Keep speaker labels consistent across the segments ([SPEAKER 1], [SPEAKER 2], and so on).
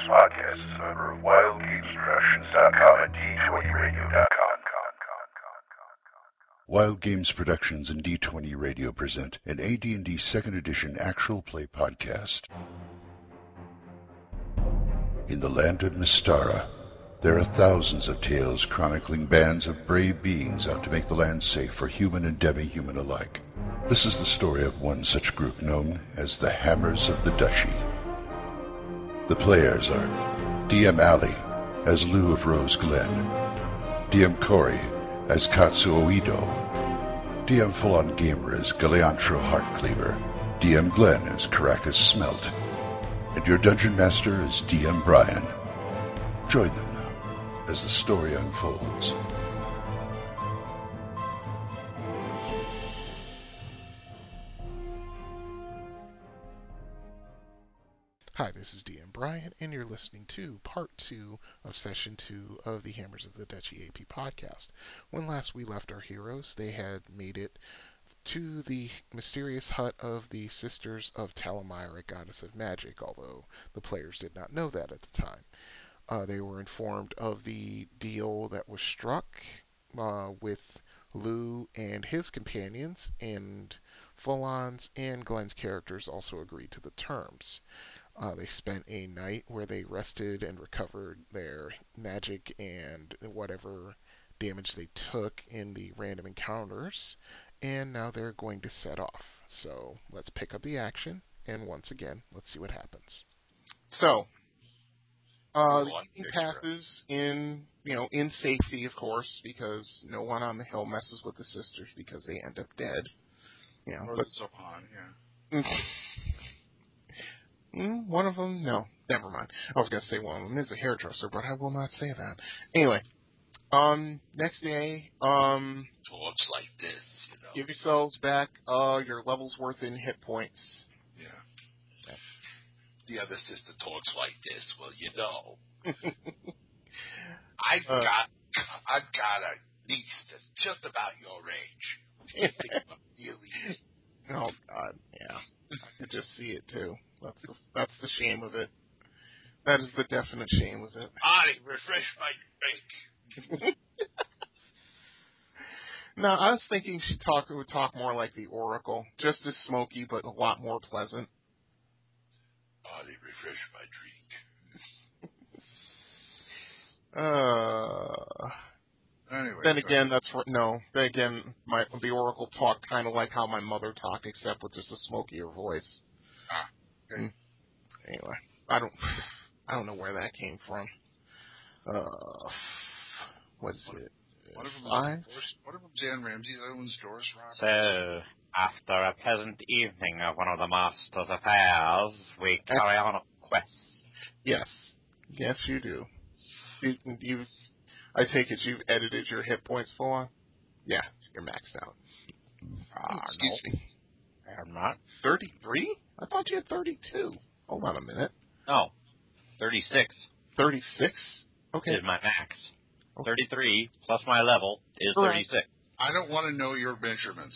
[SPEAKER 1] podcasts on wildgamesproductions.com and d20radio.com. Wild Games Productions and D20 Radio present an AD&D 2nd Edition actual play podcast. In the land of Mistara, there are thousands of tales chronicling bands of brave beings out to make the land safe for human and demi-human alike. This is the story of one such group known as the Hammers of the Duchy. The players are DM Alley as Lou of Rose Glen, DM Corey as Katsuo Ito, DM Fullon Gamer as Galeantro Heartcleaver, DM Glenn as Caracas Smelt, and your Dungeon Master is DM Brian. Join them as the story unfolds.
[SPEAKER 2] Hi, this is DM Bryant, and you're listening to part two of session two of the Hammers of the Duchy AP podcast. When last we left our heroes, they had made it to the mysterious hut of the Sisters of Talamyra, goddess of magic, although the players did not know that at the time. Uh, they were informed of the deal that was struck uh, with Lou and his companions, and Fulan's and Glenn's characters also agreed to the terms. Uh, they spent a night where they rested and recovered their magic and whatever damage they took in the random encounters, and now they're going to set off. So let's pick up the action, and once again, let's see what happens. So, uh, the
[SPEAKER 3] One
[SPEAKER 2] evening
[SPEAKER 3] extra.
[SPEAKER 2] passes in, you know, in safety, of course, because no one on the hill messes with the sisters because they end up dead. You know,
[SPEAKER 3] Or
[SPEAKER 2] but
[SPEAKER 3] the Zohan, yeah.
[SPEAKER 2] Mm, one of them, no, never mind. I was gonna say one of them is a hairdresser, but I will not say that. Anyway, um, next day, um,
[SPEAKER 3] Talks like this, you know.
[SPEAKER 2] give yourselves back uh your levels worth in hit points.
[SPEAKER 3] yeah. The other sister talks like this. Well, you know, I've
[SPEAKER 2] Uh.
[SPEAKER 3] got, I've got a niece that's just about your age. Think about really.
[SPEAKER 2] oh God, yeah, I could just see it too. That's the, that's the shame of it. That is the definite shame of it.
[SPEAKER 3] I refresh my drink.
[SPEAKER 2] No, I was thinking she talk would talk more like the Oracle, just as smoky, but a lot more pleasant.
[SPEAKER 3] I refresh my drink.
[SPEAKER 2] Uh.
[SPEAKER 3] Anyway.
[SPEAKER 2] Then
[SPEAKER 3] so-
[SPEAKER 2] again, that's r- no. Then again, my the Oracle talked kind of like how my mother talked, except with just a smokier voice.
[SPEAKER 3] Ah, okay.
[SPEAKER 2] Mm. Anyway, I don't, I don't know where that came from. Uh, what's it?
[SPEAKER 3] one of them
[SPEAKER 2] Five?
[SPEAKER 3] one of them's Dan Ramsey, the other one's Doris Roberts.
[SPEAKER 4] So, after a pleasant evening of one of the master's affairs, we carry on a quest.
[SPEAKER 2] Yes, yes, you do. You, you've, I take it you've edited your hit points full on. Yeah, you're maxed out.
[SPEAKER 4] Ah,
[SPEAKER 2] Excuse me,
[SPEAKER 4] no, I'm not.
[SPEAKER 2] thirty-three? I thought you had thirty-two. Hold on a minute.
[SPEAKER 4] No, 36
[SPEAKER 2] Thirty-six? Okay.
[SPEAKER 4] is my max.
[SPEAKER 2] Okay.
[SPEAKER 4] 33 plus my level is
[SPEAKER 2] Correct.
[SPEAKER 4] 36.
[SPEAKER 3] I don't want to know your measurements.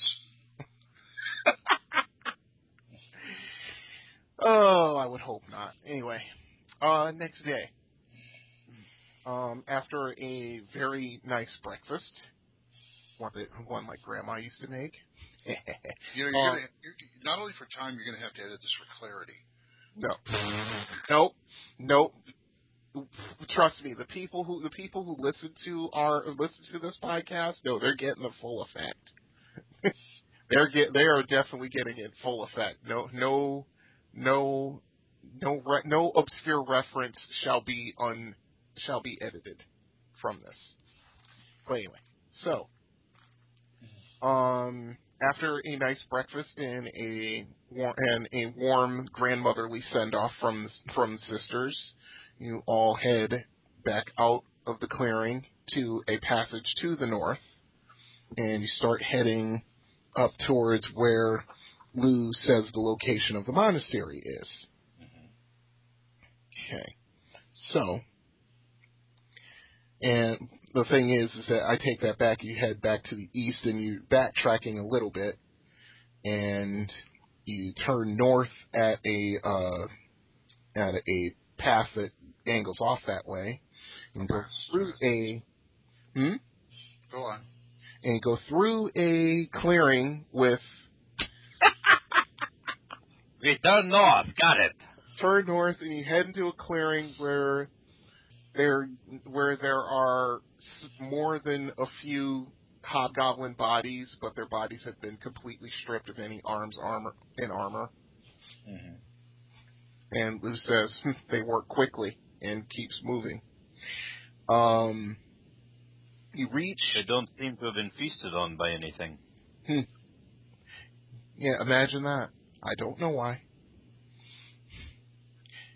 [SPEAKER 2] Oh, I would hope not. Anyway, uh, next day, um, after a very nice breakfast, one that one like Grandma used to make.
[SPEAKER 3] You know, you're
[SPEAKER 2] Uh,
[SPEAKER 3] gonna, you're, not only for time, you're going to have to edit this for clarity.
[SPEAKER 2] no, nope, nope. Trust me, the people who the people who listen to our listen to this podcast, no, they're getting the full effect. they're get they are definitely getting it full effect. No, no, no, no, re- no obscure reference shall be un shall be edited from this. But anyway, so um, after a nice breakfast and a war- and a warm grandmotherly send off from from sisters, you all head back out of the clearing to a passage to the north, and you start heading up towards where Lou says the location of the monastery is. Okay, so and the thing is, is that I take that back. You head back to the east, and you backtracking a little bit, and you turn north at a uh, at a path that
[SPEAKER 5] angles off that way and go through a hmm?
[SPEAKER 3] Go on.
[SPEAKER 5] and go through a clearing with
[SPEAKER 4] Return north. Got it.
[SPEAKER 5] turn north and you head into a clearing where there where there are s- more than a few hobgoblin bodies, but their bodies have been completely stripped of any arms, armor, and armor.
[SPEAKER 4] Mm-hmm.
[SPEAKER 5] And Lou says "Hmm, they work quickly and keeps moving. Um, you reach.
[SPEAKER 4] They don't seem to have been feasted on by anything.
[SPEAKER 5] Yeah, imagine that. I don't know why.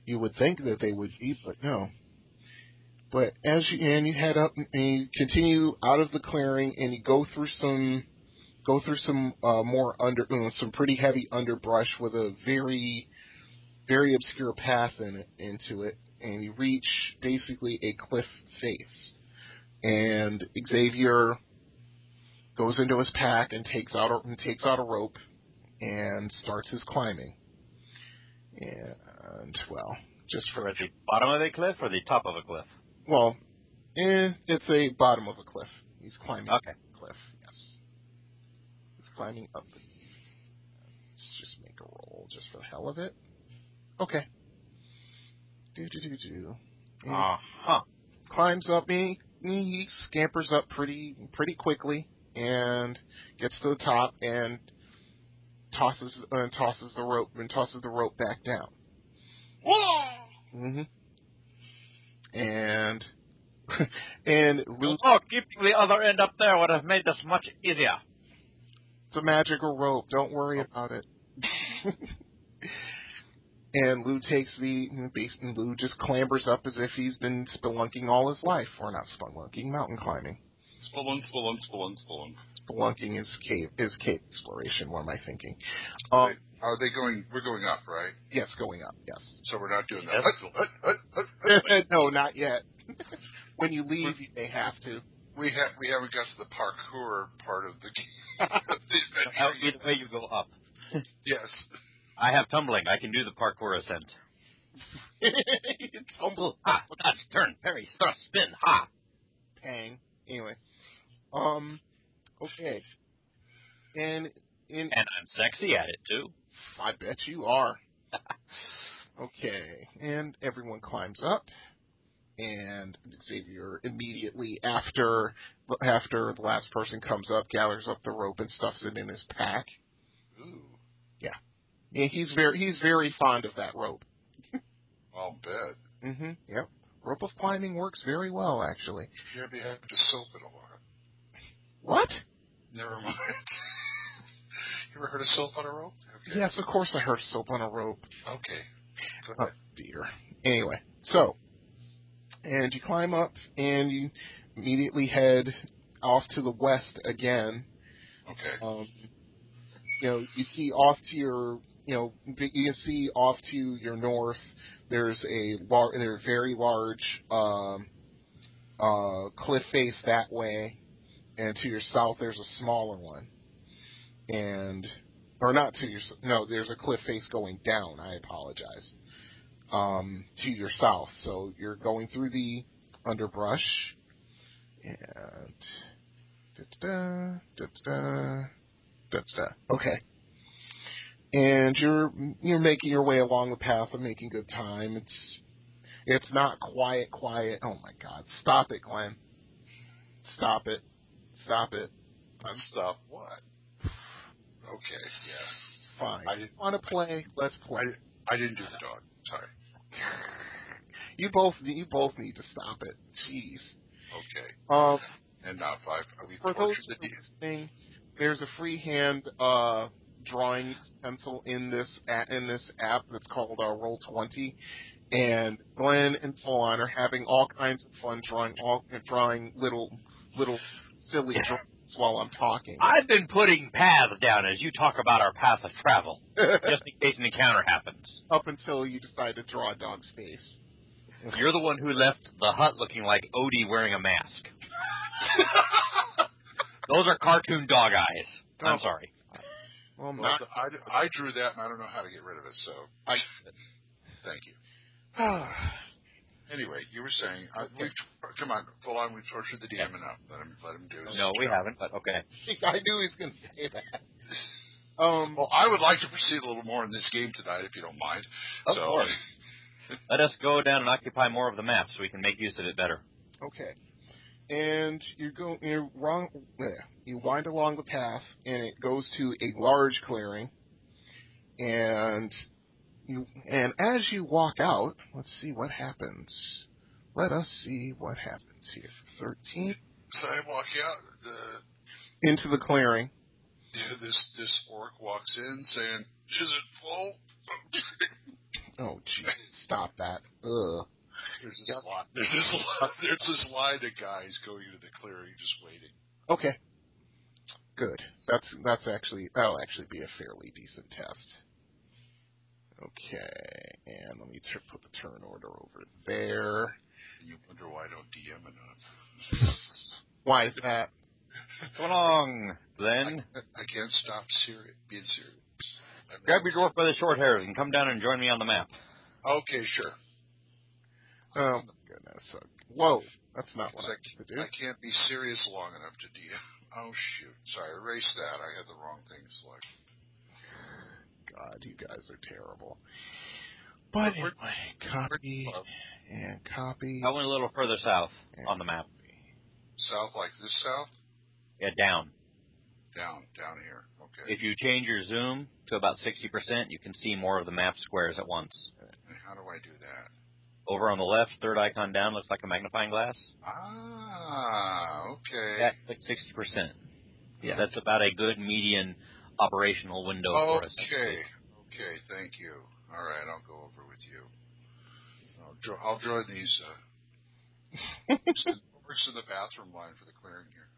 [SPEAKER 5] You would think that they would eat, but no. But as you and you head up and you continue out of the clearing and you go through some go through some uh, more under uh, some pretty heavy underbrush with a very very obscure path in it, into it, and you reach basically a cliff face. And Xavier goes into his pack and takes out a, and takes out a rope and starts his climbing. And well, just for
[SPEAKER 4] We're at the bottom of the cliff or the top of a cliff?
[SPEAKER 5] well, eh, it's a bottom of a cliff. He's climbing
[SPEAKER 4] Okay.
[SPEAKER 5] up the cliff. Yes, he's climbing up. The, let's just make a roll just for the hell of it. Okay. Do do do do.
[SPEAKER 2] Mm-hmm.
[SPEAKER 5] And he
[SPEAKER 4] Uh huh.
[SPEAKER 5] climbs up and he, he scampers up pretty pretty quickly and gets to the top and tosses and tosses the rope and tosses the rope back down. hmm Mm-hmm. And and Lou
[SPEAKER 4] Oh, keeping the other end up there would have made this much easier.
[SPEAKER 5] It's a magical rope. Don't worry about it. and Lou takes the and Lou just clambers up as if he's been spelunking all his life, or not spelunking, mountain climbing.
[SPEAKER 6] Spelunk, spelunk, spelunk, spelunk.
[SPEAKER 5] Spelunking is cave is cave exploration. What am I thinking? Um,
[SPEAKER 3] Are they going? We're going up, right?
[SPEAKER 5] yes, going up. Yes.
[SPEAKER 3] So we're not doing that.
[SPEAKER 4] Yes.
[SPEAKER 3] Hut, hut, hut, hut, hut.
[SPEAKER 5] no, not yet. when you leave, you may have to.
[SPEAKER 3] we have we haven't got to the parkour part of the of the
[SPEAKER 4] That would be
[SPEAKER 3] adventure.
[SPEAKER 4] the way you go up.
[SPEAKER 3] Yes.
[SPEAKER 4] I have tumbling. I can do the parkour ascent.
[SPEAKER 5] You tumble
[SPEAKER 4] Ah, dodge, turn, parry, thrust, spin, ha.
[SPEAKER 5] pang. Anyway, um, okay, and in
[SPEAKER 4] And I'm sexy at it too.
[SPEAKER 5] I bet you are. okay, and everyone climbs up, and Xavier immediately after after the last person comes up, gathers up the rope and stuffs it in his pack.
[SPEAKER 3] Ooh,
[SPEAKER 5] And he's very he's very fond of that rope.
[SPEAKER 3] I'll bet.
[SPEAKER 5] Mm-hmm. Yep. Rope of climbing works very well, actually.
[SPEAKER 3] You have to have to soap it a lot.
[SPEAKER 5] What?
[SPEAKER 3] Never mind. you ever heard of soap on a rope? Okay.
[SPEAKER 5] Yes, of course I heard soap on a rope.
[SPEAKER 3] Okay. Go
[SPEAKER 5] Oh,
[SPEAKER 3] ahead.
[SPEAKER 5] dear. Anyway, so, and you climb up and you immediately head off to the west again.
[SPEAKER 3] Okay.
[SPEAKER 5] Um, you know, you see off to your, you know, b- you can see off to your north. There's a lar- there are very large um, uh, cliff face that way, and to your south there's a smaller one, and or not to your s- no, there's a cliff face going down. I apologize. Um, to your south, so you're going through the underbrush, and da-da-da, da-da-da, da-da-da. Okay. And you're you're making your way along the path and making good time. It's it's not quiet, quiet. Oh my God! Stop it, Glenn. Stop it. Stop it.
[SPEAKER 3] I'm stop what? Okay. Yeah.
[SPEAKER 5] Fine.
[SPEAKER 3] I didn't-
[SPEAKER 5] want to play? Let's play.
[SPEAKER 3] I didn't do the dog. Sorry.
[SPEAKER 5] You both you both need to stop it. Jeez.
[SPEAKER 3] Okay.
[SPEAKER 5] Um,
[SPEAKER 3] And now five. We
[SPEAKER 5] for those
[SPEAKER 3] tortured the
[SPEAKER 5] who are
[SPEAKER 3] deer.
[SPEAKER 5] listening, there's a freehand uh, drawing pencil in this a- in this app that's called uh, Roll Twenty, and Glenn and Solon are having all kinds of fun drawing all drawing little little silly drawings while I'm talking.
[SPEAKER 4] I've been putting paths down as you talk about our path of travel, just in case an encounter happens.
[SPEAKER 5] Up until you decide to draw a dog's face.
[SPEAKER 4] You're the one who left the hut looking like Odie wearing a mask. Those are cartoon dog eyes. I'm
[SPEAKER 5] Oh.
[SPEAKER 4] sorry.
[SPEAKER 5] Well,
[SPEAKER 3] Well, I, I drew that, and I don't know how to get rid of it. So I. Thank you.
[SPEAKER 5] not.
[SPEAKER 1] Anyway, you were saying uh, we've come on, full on. We've tortured the DM enough. Let him let him do his
[SPEAKER 7] No, we
[SPEAKER 1] job.
[SPEAKER 7] haven't, but okay.
[SPEAKER 5] I knew he was going to say that. Um,
[SPEAKER 1] Well, I would like to proceed a little more in this game tonight, if you don't mind.
[SPEAKER 7] Of
[SPEAKER 1] so,
[SPEAKER 7] course. Let us go down and occupy more of the map so we can make use of it better.
[SPEAKER 5] Okay. And you go you're wrong bleh. you wind along the path and it goes to a large clearing. And you and as you walk out, let's see what happens. Let us see what happens here. Thirteen
[SPEAKER 1] so I walk out. The
[SPEAKER 5] into the clearing.
[SPEAKER 1] Yeah, this this orc walks in saying, "Is it full?"
[SPEAKER 5] Oh jeez, stop that. Ugh.
[SPEAKER 1] There's this lot. There's this lot. There's this line of guys going into the clearing, just waiting.
[SPEAKER 5] Okay. Good. That's that's actually that'll actually be a fairly decent test. Okay, and let me tur put the turn order over there.
[SPEAKER 1] And you wonder why I don't DM enough.
[SPEAKER 5] Why is that?
[SPEAKER 7] Come along, Glenn.
[SPEAKER 1] I can't stop seri- being serious. I'm
[SPEAKER 7] Grab your dwarf by the short hairs and come down and join me on the map.
[SPEAKER 1] Okay, sure.
[SPEAKER 5] Oh my goodness! uh, Whoa, that's not what I
[SPEAKER 1] Like,
[SPEAKER 5] meant to do.
[SPEAKER 1] I can't be serious long enough to DM. Oh shoot! Sorry, erase that. I had the wrong thing selected.
[SPEAKER 5] God, you guys are terrible. But
[SPEAKER 1] We're-
[SPEAKER 5] anyway, copy and copy.
[SPEAKER 7] I went a little further south on the map.
[SPEAKER 1] South, like this south,
[SPEAKER 7] Yeah, down.
[SPEAKER 1] down, down here. Okay.
[SPEAKER 7] If you change your zoom to about 60%, you can see more of the map squares at once.
[SPEAKER 1] How do I do that?
[SPEAKER 7] Over on the left, third icon down looks like a magnifying glass.
[SPEAKER 1] Ah, okay.
[SPEAKER 7] That clicks 60%. Yeah, that's about a good median operational window for us.
[SPEAKER 1] Okay. Okay. Thank you. All right. I'll go over with you. I'll, jo- I'll join these. Uh, works in the bathroom line for the clearing here.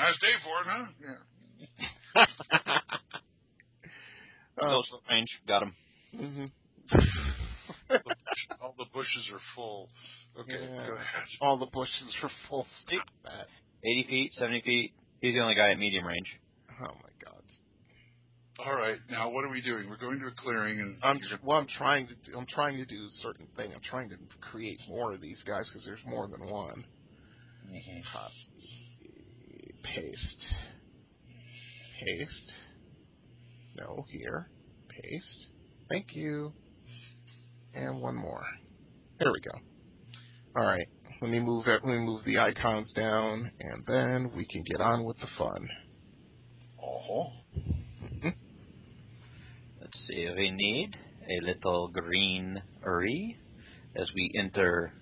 [SPEAKER 1] Nice day for it, huh? Yeah.
[SPEAKER 7] Those range, got him.
[SPEAKER 5] hmm
[SPEAKER 1] All the bushes are full. Okay.
[SPEAKER 5] Yeah.
[SPEAKER 1] Go ahead.
[SPEAKER 5] All the bushes are full. Stop that.
[SPEAKER 7] 80 feet, 70 feet. He's the only guy at medium range.
[SPEAKER 5] Oh my God.
[SPEAKER 1] All right. Now, what are we doing? We're going to a clearing, and
[SPEAKER 5] I'm
[SPEAKER 1] you're gonna-
[SPEAKER 5] well. I'm trying to. Do, I'm trying to do a certain thing. I'm trying to create more of these guys because there's more than one. Copy, paste, paste. No, here, paste. Thank you. And one more. There we go. All right. Let me move it. Let me move the icons down, and then we can get on with the fun.
[SPEAKER 1] Oh.
[SPEAKER 7] Let's see. We need a little greenery as we enter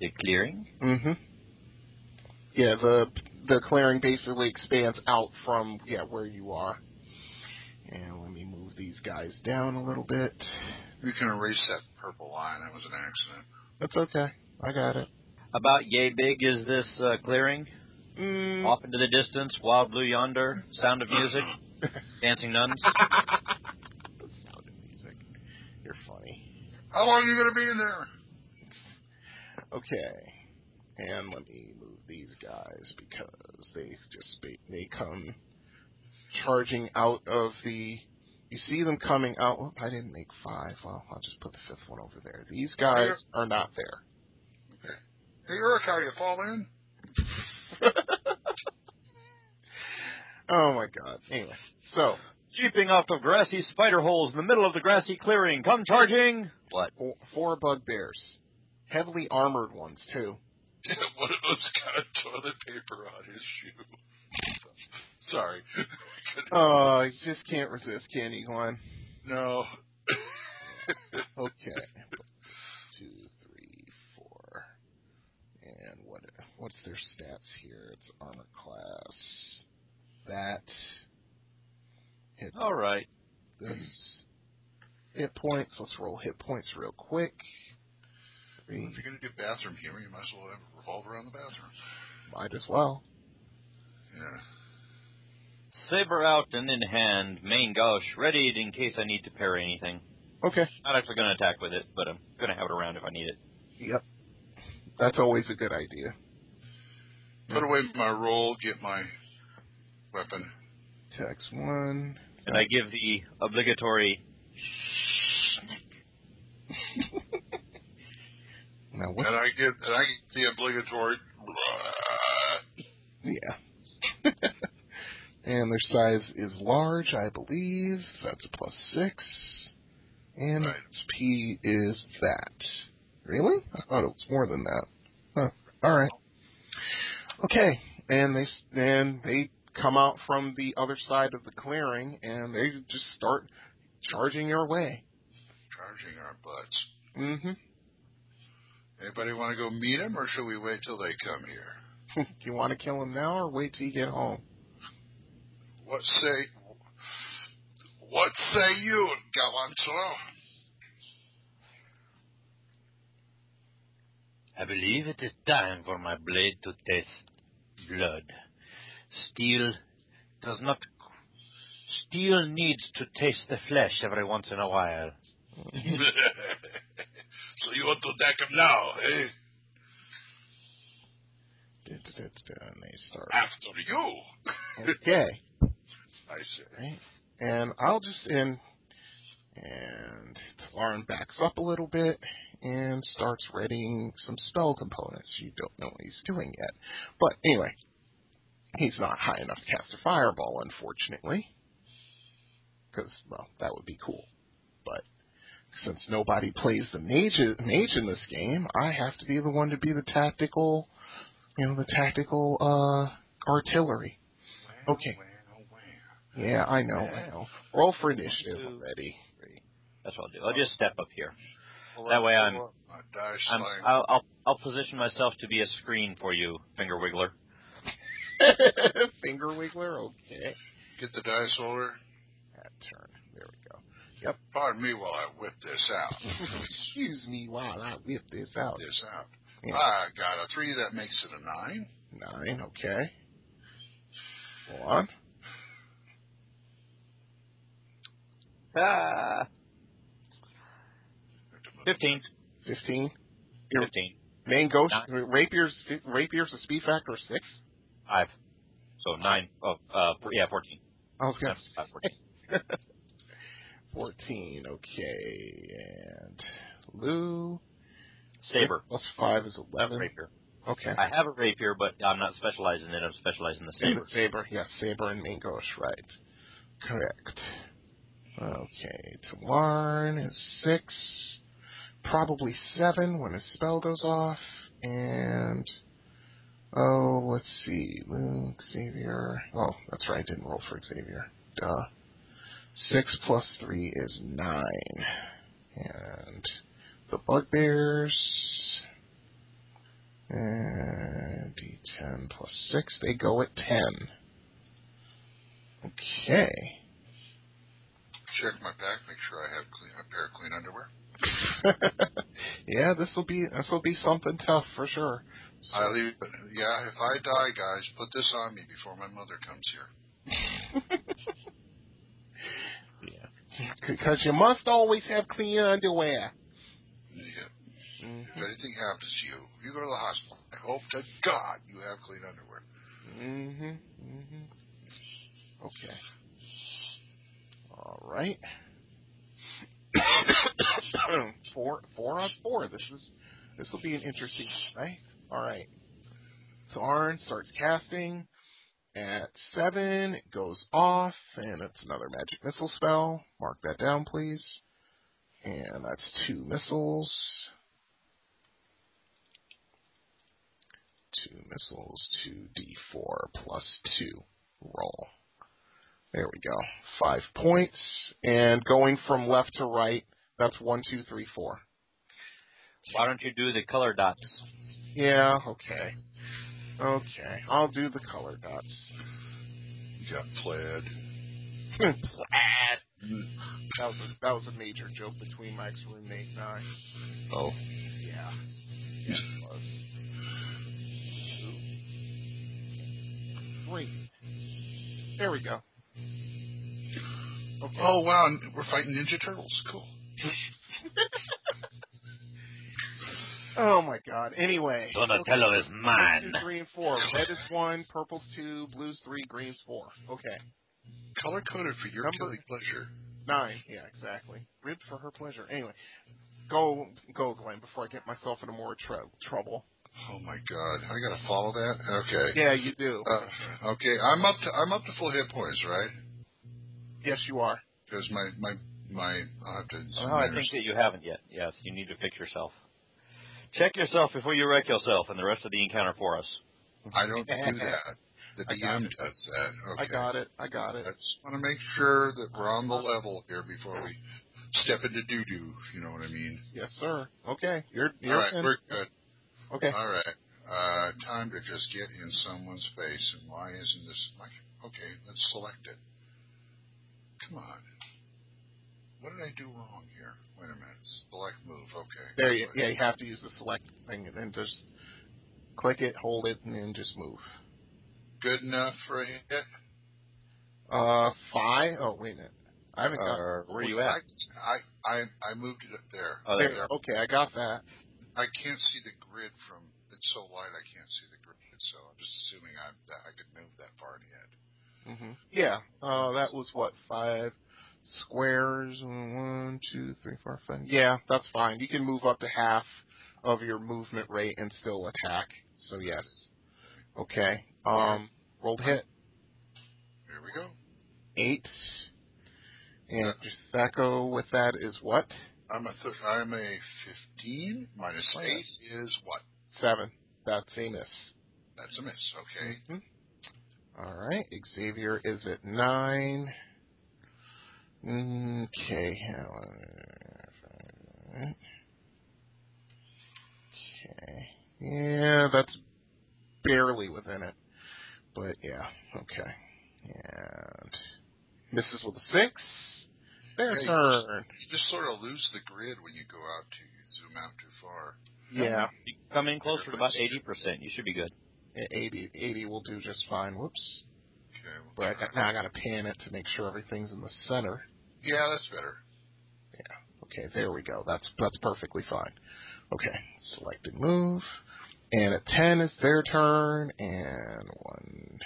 [SPEAKER 7] the clearing.
[SPEAKER 5] Mm-hmm. Yeah, the the clearing basically expands out from yeah where you are. And let me move these guys down a little bit.
[SPEAKER 1] You can erase that purple line. That was an accident.
[SPEAKER 5] That's okay. I got it.
[SPEAKER 7] About yay big is this uh, clearing.
[SPEAKER 5] Mm.
[SPEAKER 7] Off into the distance, wild blue yonder, sound of music, dancing nuns.
[SPEAKER 5] The sound of music. You're funny.
[SPEAKER 1] How long are you going to be in there?
[SPEAKER 5] Okay. And let me move these guys because they just ba- they come charging out of the. You see them coming out. Whoop, I didn't make five. Well, I'll just put the fifth one over there. These guys are not there.
[SPEAKER 1] Hey, Eric, how you fall in?
[SPEAKER 5] oh my god. Anyway, so
[SPEAKER 7] Leaping off of grassy spider holes in the middle of the grassy clearing. Come charging! What?
[SPEAKER 5] four, four bugbears, heavily armored ones too.
[SPEAKER 1] One of them's got toilet paper on his shoe. Sorry.
[SPEAKER 5] Oh, you just can't resist, can you, Glenn?
[SPEAKER 1] no.
[SPEAKER 5] Okay, two, three, four, and what? What's their stats here? It's armor class. That hit
[SPEAKER 1] Oh,
[SPEAKER 7] All right.
[SPEAKER 5] this. Hit points. Let's roll hit points real quick. Three,
[SPEAKER 1] If you're going to do bathroom humor, you might as well have a revolver on the bathroom.
[SPEAKER 5] might as well.
[SPEAKER 1] Yeah.
[SPEAKER 7] Saber out and in hand, main gauche, readied in case I need to parry anything.
[SPEAKER 5] Okay.
[SPEAKER 7] Not actually going to attack with it, but I'm going to have it around if I need it.
[SPEAKER 5] Yep. That's always a good idea.
[SPEAKER 1] Put away my roll, get my weapon.
[SPEAKER 5] Text one.
[SPEAKER 7] And I give the obligatory
[SPEAKER 8] Now, what?
[SPEAKER 1] And I get and I get the obligatory.
[SPEAKER 5] Yeah. and their size is large, I believe. That's plus six. And
[SPEAKER 1] Right.
[SPEAKER 5] XP is that. Really? I thought it was more than that. Huh. All right. Okay. And they s- and they come out from the other side of the clearing, and they just start charging your way.
[SPEAKER 1] Charging our butts.
[SPEAKER 5] Mm-hmm.
[SPEAKER 1] Anybody want to go meet them, or should we wait till they come here?
[SPEAKER 5] Do you want to kill him now or wait till you get home?
[SPEAKER 1] What say? What say you, Galanzo?
[SPEAKER 7] I believe it is time for my blade to taste blood. Steel does not. Steel needs to taste the flesh every once in a while.
[SPEAKER 1] so you want to attack him now, eh?
[SPEAKER 5] Da, da, da, da, da, And they start.
[SPEAKER 1] After you,
[SPEAKER 5] Okay.
[SPEAKER 1] I say.
[SPEAKER 5] And I'll just and and Lauren backs up a little bit and starts readying some spell components. You don't know what he's doing yet. But anyway, he's not high enough to cast a fireball, unfortunately. Because, well, that would be cool. But since nobody plays the mage, mage in this game, I have to be the one to be the tactical, you know, the tactical uh, artillery. Okay. Yeah, I know, I know. Roll for initiative
[SPEAKER 7] Two.
[SPEAKER 5] already.
[SPEAKER 7] That's what I'll do. I'll just step up here. That way I'm-
[SPEAKER 1] My die
[SPEAKER 7] I'm,
[SPEAKER 1] slang.
[SPEAKER 7] I'll, I'll, I'll position myself to be a screen for you, Finger Wiggler.
[SPEAKER 5] Finger wiggler, okay.
[SPEAKER 1] Get the dice holder.
[SPEAKER 5] That turn. There we go.
[SPEAKER 1] Pardon me while I whip this out.
[SPEAKER 5] Excuse me while I whip this out.
[SPEAKER 1] this out.
[SPEAKER 5] Yeah.
[SPEAKER 1] I got a three. That makes it a nine.
[SPEAKER 5] Nine, okay. Hold on.
[SPEAKER 7] Ah, 15.
[SPEAKER 5] Fifteen.
[SPEAKER 7] 15.
[SPEAKER 5] Main ghost
[SPEAKER 7] Nine.
[SPEAKER 5] rapier's rapier's a speed factor of six.
[SPEAKER 7] 5. So 9. Oh, uh, four- yeah, 14.
[SPEAKER 5] I was
[SPEAKER 7] Yeah,
[SPEAKER 5] gonna
[SPEAKER 7] uh, 14.
[SPEAKER 5] fourteen, okay. And Lou
[SPEAKER 7] Saber.
[SPEAKER 5] plus five is eleven.
[SPEAKER 7] Rapier.
[SPEAKER 5] Okay.
[SPEAKER 7] I have a rapier, but I'm not specializing in it. I'm specializing in the saber.
[SPEAKER 5] Saber, yes, Saber and main ghost, right. Correct. Okay, Talarn is six, probably seven when his spell goes off, and oh, let's see, Luke, Xavier. Oh, that's right, I didn't roll for Xavier. Duh. Six plus three is nine, and the bugbears. And D10 plus 6, they go at 10. Okay.
[SPEAKER 1] Check my pack. Make sure I have clean, a pair of clean underwear.
[SPEAKER 5] yeah, this will be this will be something tough for sure.
[SPEAKER 1] I leave. Yeah, if I die, guys, put this on me before my mother comes here.
[SPEAKER 5] Because you must always have clean underwear. Mm-hmm.
[SPEAKER 1] Yeah. If anything happens to you, you go to the hospital. I hope to God you have clean underwear.
[SPEAKER 5] Mm-hmm. Mm-hmm. Okay. All right. four, four on four. This is this will be an interesting right. All right. So Arn starts casting at seven. It goes off, and it's another magic missile spell. Mark that down, please. And that's two missiles. Two missiles, two D4 plus two. Roll. There we go. Five points. And going from left to right, that's one, two, three, four.
[SPEAKER 7] Why don't you do the color dots?
[SPEAKER 5] Yeah, okay. Okay. I'll do the color dots.
[SPEAKER 1] You got plaid.
[SPEAKER 5] that, was a, that was a major joke between my ex roommate and I.
[SPEAKER 1] Oh.
[SPEAKER 5] Yeah. Yeah, it was. Two. Three. There we go. Okay.
[SPEAKER 1] Oh wow, and we're fighting Ninja Turtles. Cool.
[SPEAKER 5] Oh my god. Anyway.
[SPEAKER 7] Donatello is
[SPEAKER 5] One,
[SPEAKER 7] mine.
[SPEAKER 5] two, three, and four. Red is one, purple's two, blue's three, green's four. Okay.
[SPEAKER 1] Color coded for your
[SPEAKER 5] Number-
[SPEAKER 1] killing pleasure.
[SPEAKER 5] Nine. Yeah, exactly. Rib for her pleasure. Anyway. Go, go, Glenn, before I get myself into more tr- trouble.
[SPEAKER 1] Oh my God, I gotta follow that. Okay.
[SPEAKER 5] Yeah, you do.
[SPEAKER 1] Uh, okay, I'm up to I'm up to full hit points, right?
[SPEAKER 5] yes, you are.
[SPEAKER 1] Because my my my I'll have to.
[SPEAKER 7] Oh, I think that you haven't yet. Yes, you need to fix yourself. Check yourself before you wreck yourself and the rest of the encounter for us.
[SPEAKER 1] I don't do that. The
[SPEAKER 5] I got
[SPEAKER 1] DM does that. Okay.
[SPEAKER 5] I got it. I got
[SPEAKER 1] I
[SPEAKER 5] it.
[SPEAKER 1] just want to make sure that we're on the level here before we step into doo doo. You know what I mean?
[SPEAKER 5] Yes, sir. Okay, you're
[SPEAKER 1] All
[SPEAKER 5] you're
[SPEAKER 1] right,
[SPEAKER 5] in.
[SPEAKER 1] we're good.
[SPEAKER 5] okay.
[SPEAKER 1] All right. Uh, time to just get in someone's face. And why isn't this like, okay, let's select it. Come on. What did I do wrong here? Wait a minute. Select move. Okay.
[SPEAKER 5] There you, yeah, you have to use the select thing and then just click it, hold it, and then just move.
[SPEAKER 1] Good enough for a hit?
[SPEAKER 5] Uh, five. Oh, wait a minute. I haven't got.
[SPEAKER 7] Or Uh, where are you at?
[SPEAKER 1] I, I, I moved it up there.
[SPEAKER 7] Oh, there you
[SPEAKER 5] there. Okay, I got that.
[SPEAKER 1] I can't see the grid from, it's so light I can't see the grid. So I'm just assuming I, that I could move that far ahead.
[SPEAKER 5] hmm Yeah. Uh, that was what five squares. One, two, three, four, five. Yeah, that's fine. You can move up to half of your movement rate and still attack. So yes. Okay. Um, rolled hit
[SPEAKER 1] Here we go.
[SPEAKER 5] eight. And your Sacco with that is what?
[SPEAKER 1] I'm a, th- I'm a 15 minus
[SPEAKER 5] Oh, yeah.
[SPEAKER 1] 8 is what?
[SPEAKER 5] Seven. That's a miss.
[SPEAKER 1] That's a miss. Okay.
[SPEAKER 5] Mhm. All right. Xavier is at nine. Okay. Okay. Yeah, that's barely within it. But yeah. Okay. And misses with a six. Their
[SPEAKER 1] Hey.
[SPEAKER 5] turn.
[SPEAKER 1] You just sort of lose the grid when you go out to you zoom out too far.
[SPEAKER 5] Yeah.
[SPEAKER 7] You come in closer to about 80%. You should be good.
[SPEAKER 5] Yeah, 80, 80 will do just fine. Whoops.
[SPEAKER 1] Okay. Well,
[SPEAKER 5] But I got, now I got to pan it to make sure everything's in the center.
[SPEAKER 1] yeah, that's better.
[SPEAKER 5] Okay, there we go. That's that's perfectly fine. Okay, selected move, and at ten it's their turn, and one,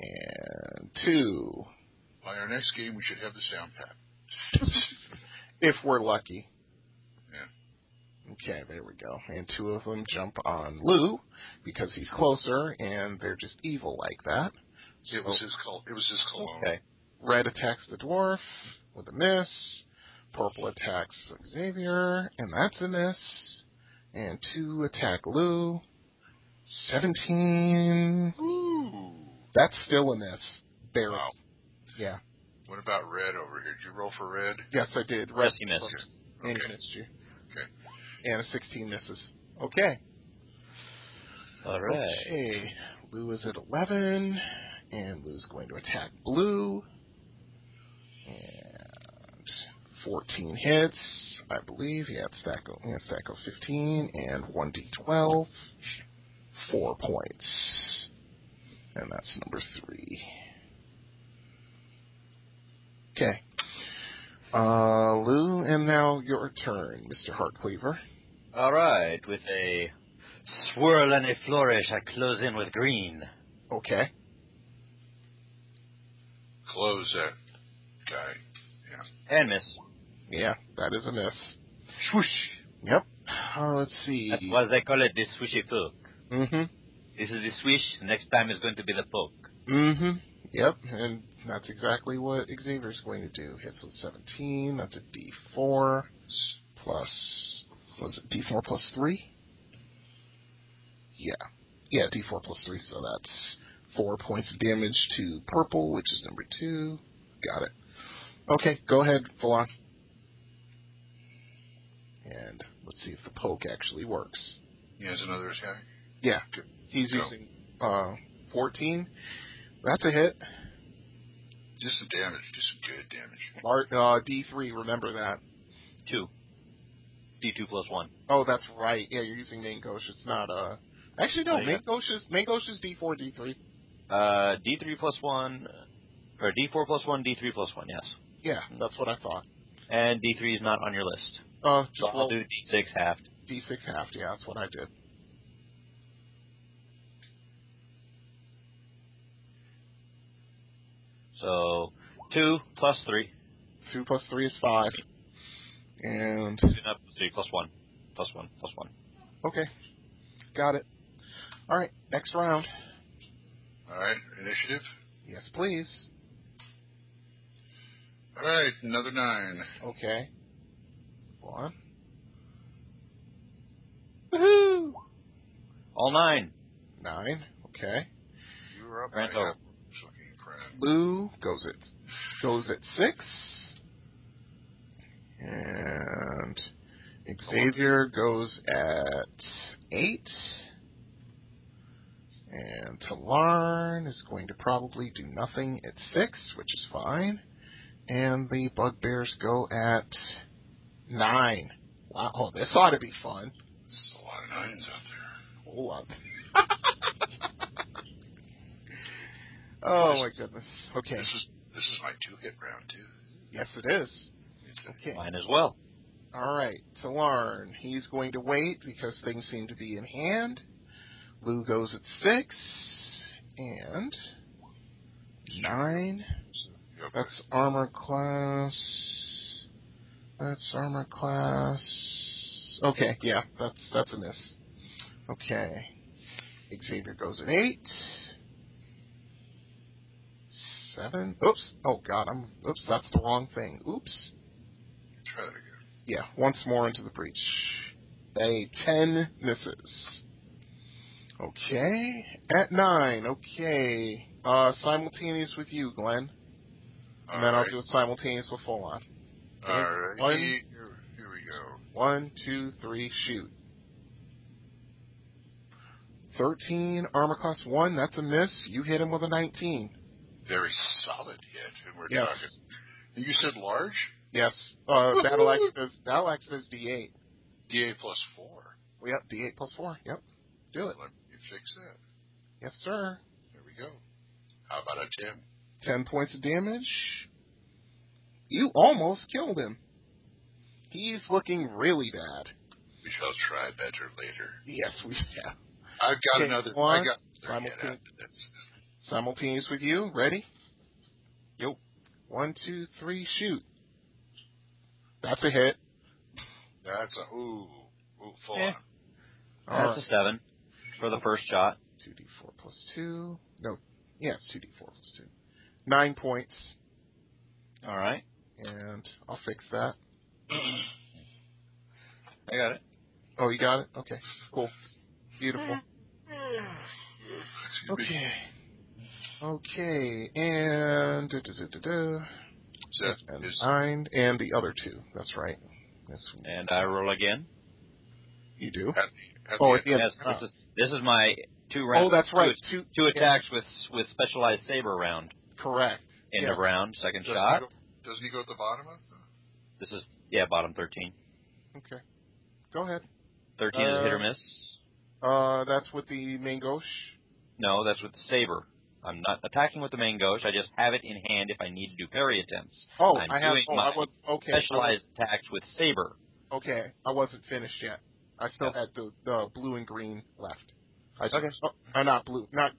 [SPEAKER 5] and two,
[SPEAKER 1] By our next game, we should have the sound pad.
[SPEAKER 5] if we're lucky.
[SPEAKER 1] Yeah.
[SPEAKER 5] Okay, there we go. And two of them jump on Lou because he's closer, and they're just evil like that.
[SPEAKER 1] It was his col- It was his cologne.
[SPEAKER 7] Okay.
[SPEAKER 5] Red attacks the dwarf with a miss. Purple attacks Xavier, and that's a miss. And two attack Lou. 17.
[SPEAKER 1] Ooh.
[SPEAKER 5] That's still a miss. Barely.
[SPEAKER 1] Wow.
[SPEAKER 5] Yeah.
[SPEAKER 1] What about red over here? Did you roll for red?
[SPEAKER 5] Yes, I did.
[SPEAKER 7] Yes, he missed.
[SPEAKER 5] And
[SPEAKER 1] Okay.
[SPEAKER 5] he missed you.
[SPEAKER 1] Okay.
[SPEAKER 5] And a 16 misses. Okay.
[SPEAKER 7] All right.
[SPEAKER 5] Okay. Lou is at 11, and Lou's going to attack Blue. And 14 hits, I believe. Yeah, it's Stacko, yeah, Stacko 15, and 1d12. Four points. And that's number three. Okay. Uh, Lou, and now your turn, Mr. Hartcleaver.
[SPEAKER 7] All right. With a swirl and a flourish, I close in with green.
[SPEAKER 5] Okay.
[SPEAKER 1] Close that guy.
[SPEAKER 7] And miss.
[SPEAKER 5] Yeah, that is a miss.
[SPEAKER 7] Swoosh.
[SPEAKER 5] Yep. Uh, let's see.
[SPEAKER 7] That's what they call it, the swishy poke.
[SPEAKER 5] Mm-hmm.
[SPEAKER 7] This is the swish. Next time is going to be the poke.
[SPEAKER 5] Mm-hmm. Yep, and that's exactly what Xavier's going to do. Hits with 17. That's a D4 plus. Was it D4 plus three? Yeah. Yeah, D4 plus three. So that's four points of damage to purple, which is number two. Got it. Okay, go ahead, Valon. And let's see if the poke actually works.
[SPEAKER 1] He has another attack.
[SPEAKER 5] He's
[SPEAKER 1] Go.
[SPEAKER 5] using uh, 14. That's a hit.
[SPEAKER 1] Just some damage. Just some good damage.
[SPEAKER 5] Lar- uh, D3, remember that.
[SPEAKER 7] Two. D2 plus one.
[SPEAKER 5] Oh, that's right. Yeah, you're using main gauche. It's not, uh... Actually, no,
[SPEAKER 7] Oh, yeah.
[SPEAKER 5] main gauche is, main gauche is D4, D3.
[SPEAKER 7] Uh, D3 plus one, or D4 plus one, D3 plus one, yes.
[SPEAKER 5] Yeah,
[SPEAKER 1] Mm-hmm.
[SPEAKER 5] that's what I thought.
[SPEAKER 7] And D3 is not on your list.
[SPEAKER 5] Uh,
[SPEAKER 7] So
[SPEAKER 5] just
[SPEAKER 7] I'll
[SPEAKER 5] roll
[SPEAKER 7] do D6 halved.
[SPEAKER 5] D6 half. Yeah, that's what I did.
[SPEAKER 7] So two plus three.
[SPEAKER 5] 2 plus 3 is 5. And
[SPEAKER 7] Up three, plus one. Plus one. Plus one.
[SPEAKER 5] okay, got it. All right, next round.
[SPEAKER 1] All right, initiative.
[SPEAKER 5] Yes, please.
[SPEAKER 1] All right, another nine.
[SPEAKER 5] Okay. Hold on. Woohoo!
[SPEAKER 7] All nine.
[SPEAKER 5] Nine. Okay.
[SPEAKER 1] You're up.
[SPEAKER 7] Right,
[SPEAKER 1] my
[SPEAKER 7] oh.
[SPEAKER 1] hapless looking friend.
[SPEAKER 5] Lou goes it goes at six, and Xavier goes at eight, and Talarn is going to probably do nothing at six, which is fine, and the bugbears go at nine. Wow, oh, this ought to be fun.
[SPEAKER 1] There's a lot of nines out there.
[SPEAKER 5] Hold on. oh my goodness. Okay.
[SPEAKER 1] This is this is my two hit round too.
[SPEAKER 5] Yes, it is.
[SPEAKER 1] It's a,
[SPEAKER 5] Okay.
[SPEAKER 7] Mine as well.
[SPEAKER 5] All right, Talarn. He's going to wait because things seem to be in hand. Lou goes at six and nine.
[SPEAKER 1] you up
[SPEAKER 5] That's armor class. That's armor class. Okay, yeah, that's that's a miss. Okay, Xavier goes at eight. Seven. Oops. Oh God, I'm. Oops, that's the wrong thing. Oops
[SPEAKER 1] try that again.
[SPEAKER 5] yeah, once more into the breach. A 10 misses. Okay, at 9, okay. Uh, simultaneous with you, Glenn. And then I'll do a simultaneous with full on.
[SPEAKER 1] All right.
[SPEAKER 5] One.
[SPEAKER 1] Here, here we go.
[SPEAKER 5] One, two, three, shoot. 13, armor class 1, that's a miss. You hit him with a 19.
[SPEAKER 1] Very solid hit, and we're
[SPEAKER 5] Yes.
[SPEAKER 1] talking. And you said large.
[SPEAKER 5] Yes, uh, battle axe is, battle axe is D8.
[SPEAKER 1] DA plus four.
[SPEAKER 5] Yep, D8 plus 4, yep. Do it.
[SPEAKER 1] Let me fix that.
[SPEAKER 5] Yes, sir.
[SPEAKER 1] There we go. How about a ten?
[SPEAKER 5] 10 points of damage. You almost killed him. He's looking really bad.
[SPEAKER 1] We shall try better later.
[SPEAKER 5] Yes, we have.
[SPEAKER 1] I've got
[SPEAKER 5] Okay,
[SPEAKER 1] another.
[SPEAKER 5] one.
[SPEAKER 1] I got another hit
[SPEAKER 5] Simultan-
[SPEAKER 1] after this.
[SPEAKER 5] Simultaneous with you. Ready? Yep. One, two, three, shoot. That's a hit.
[SPEAKER 1] That's a ooh, ooh, full
[SPEAKER 7] Eh.
[SPEAKER 1] on.
[SPEAKER 5] All
[SPEAKER 7] That's a seven for the first shot.
[SPEAKER 5] 2d4 plus 2. No. Yeah, it's 2d4 plus 2. 9 points.
[SPEAKER 7] All right.
[SPEAKER 5] And I'll fix that.
[SPEAKER 7] I got it.
[SPEAKER 5] Oh, you got it? Okay. Cool. Beautiful.
[SPEAKER 1] Excuse me.
[SPEAKER 5] Okay. Okay, and da, da, da, da, da.
[SPEAKER 1] Is that-
[SPEAKER 5] and
[SPEAKER 1] is-
[SPEAKER 5] nine, and the other two. That's right. That's
[SPEAKER 7] And I roll again.
[SPEAKER 5] you do.
[SPEAKER 1] at the- at
[SPEAKER 5] Oh,
[SPEAKER 1] the-
[SPEAKER 5] at the end.
[SPEAKER 7] Yes.
[SPEAKER 5] Ah.
[SPEAKER 7] This is, this is my two rounds.
[SPEAKER 5] oh, that's right. Two,
[SPEAKER 7] Two
[SPEAKER 5] yeah,
[SPEAKER 7] attacks with with specialized saber round.
[SPEAKER 5] Correct.
[SPEAKER 7] End
[SPEAKER 5] Yeah.
[SPEAKER 7] of round. Second
[SPEAKER 1] doesn't
[SPEAKER 7] shot.
[SPEAKER 1] He go, doesn't he go at the bottom of the?
[SPEAKER 7] This is yeah. Bottom thirteen.
[SPEAKER 5] Okay. Go ahead.
[SPEAKER 7] Thirteen is hit or
[SPEAKER 5] Uh,
[SPEAKER 7] miss.
[SPEAKER 5] Uh, that's with the mangosh.
[SPEAKER 7] No, that's with the saber. I'm not attacking with the main gauche. I just have it in hand if I need to do parry attempts.
[SPEAKER 5] Oh,
[SPEAKER 7] I'm
[SPEAKER 5] I have.
[SPEAKER 7] doing
[SPEAKER 5] Oh, I
[SPEAKER 7] my
[SPEAKER 5] was okay. I was-
[SPEAKER 7] Specialized attacks with saber.
[SPEAKER 5] okay, I wasn't finished yet. I still had the, the blue and green left. I just,
[SPEAKER 7] Okay.
[SPEAKER 5] oh, uh, not blue, not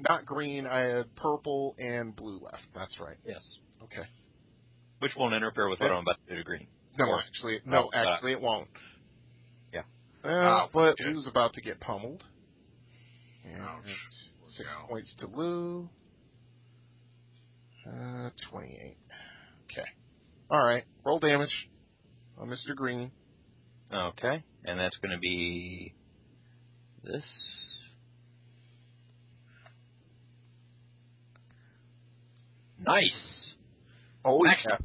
[SPEAKER 5] not green. I had purple and blue left. That's right.
[SPEAKER 7] Yes.
[SPEAKER 5] Okay.
[SPEAKER 7] Which won't interfere with what I'm about to do to green.
[SPEAKER 5] No,
[SPEAKER 7] Or-
[SPEAKER 5] actually,
[SPEAKER 7] no,
[SPEAKER 5] no,
[SPEAKER 7] uh,
[SPEAKER 5] actually, it won't.
[SPEAKER 7] Yeah.
[SPEAKER 5] Well,
[SPEAKER 1] Oh,
[SPEAKER 5] but
[SPEAKER 1] good.
[SPEAKER 5] Lou's about to get pummeled. And
[SPEAKER 1] Ouch.
[SPEAKER 5] Six
[SPEAKER 1] Ow.
[SPEAKER 5] points to Lou. Uh, twenty-eight. Okay. All right. Roll damage on Mr. Green.
[SPEAKER 7] Okay, and that's going to be this. Nice.
[SPEAKER 5] Oh
[SPEAKER 7] Excellent.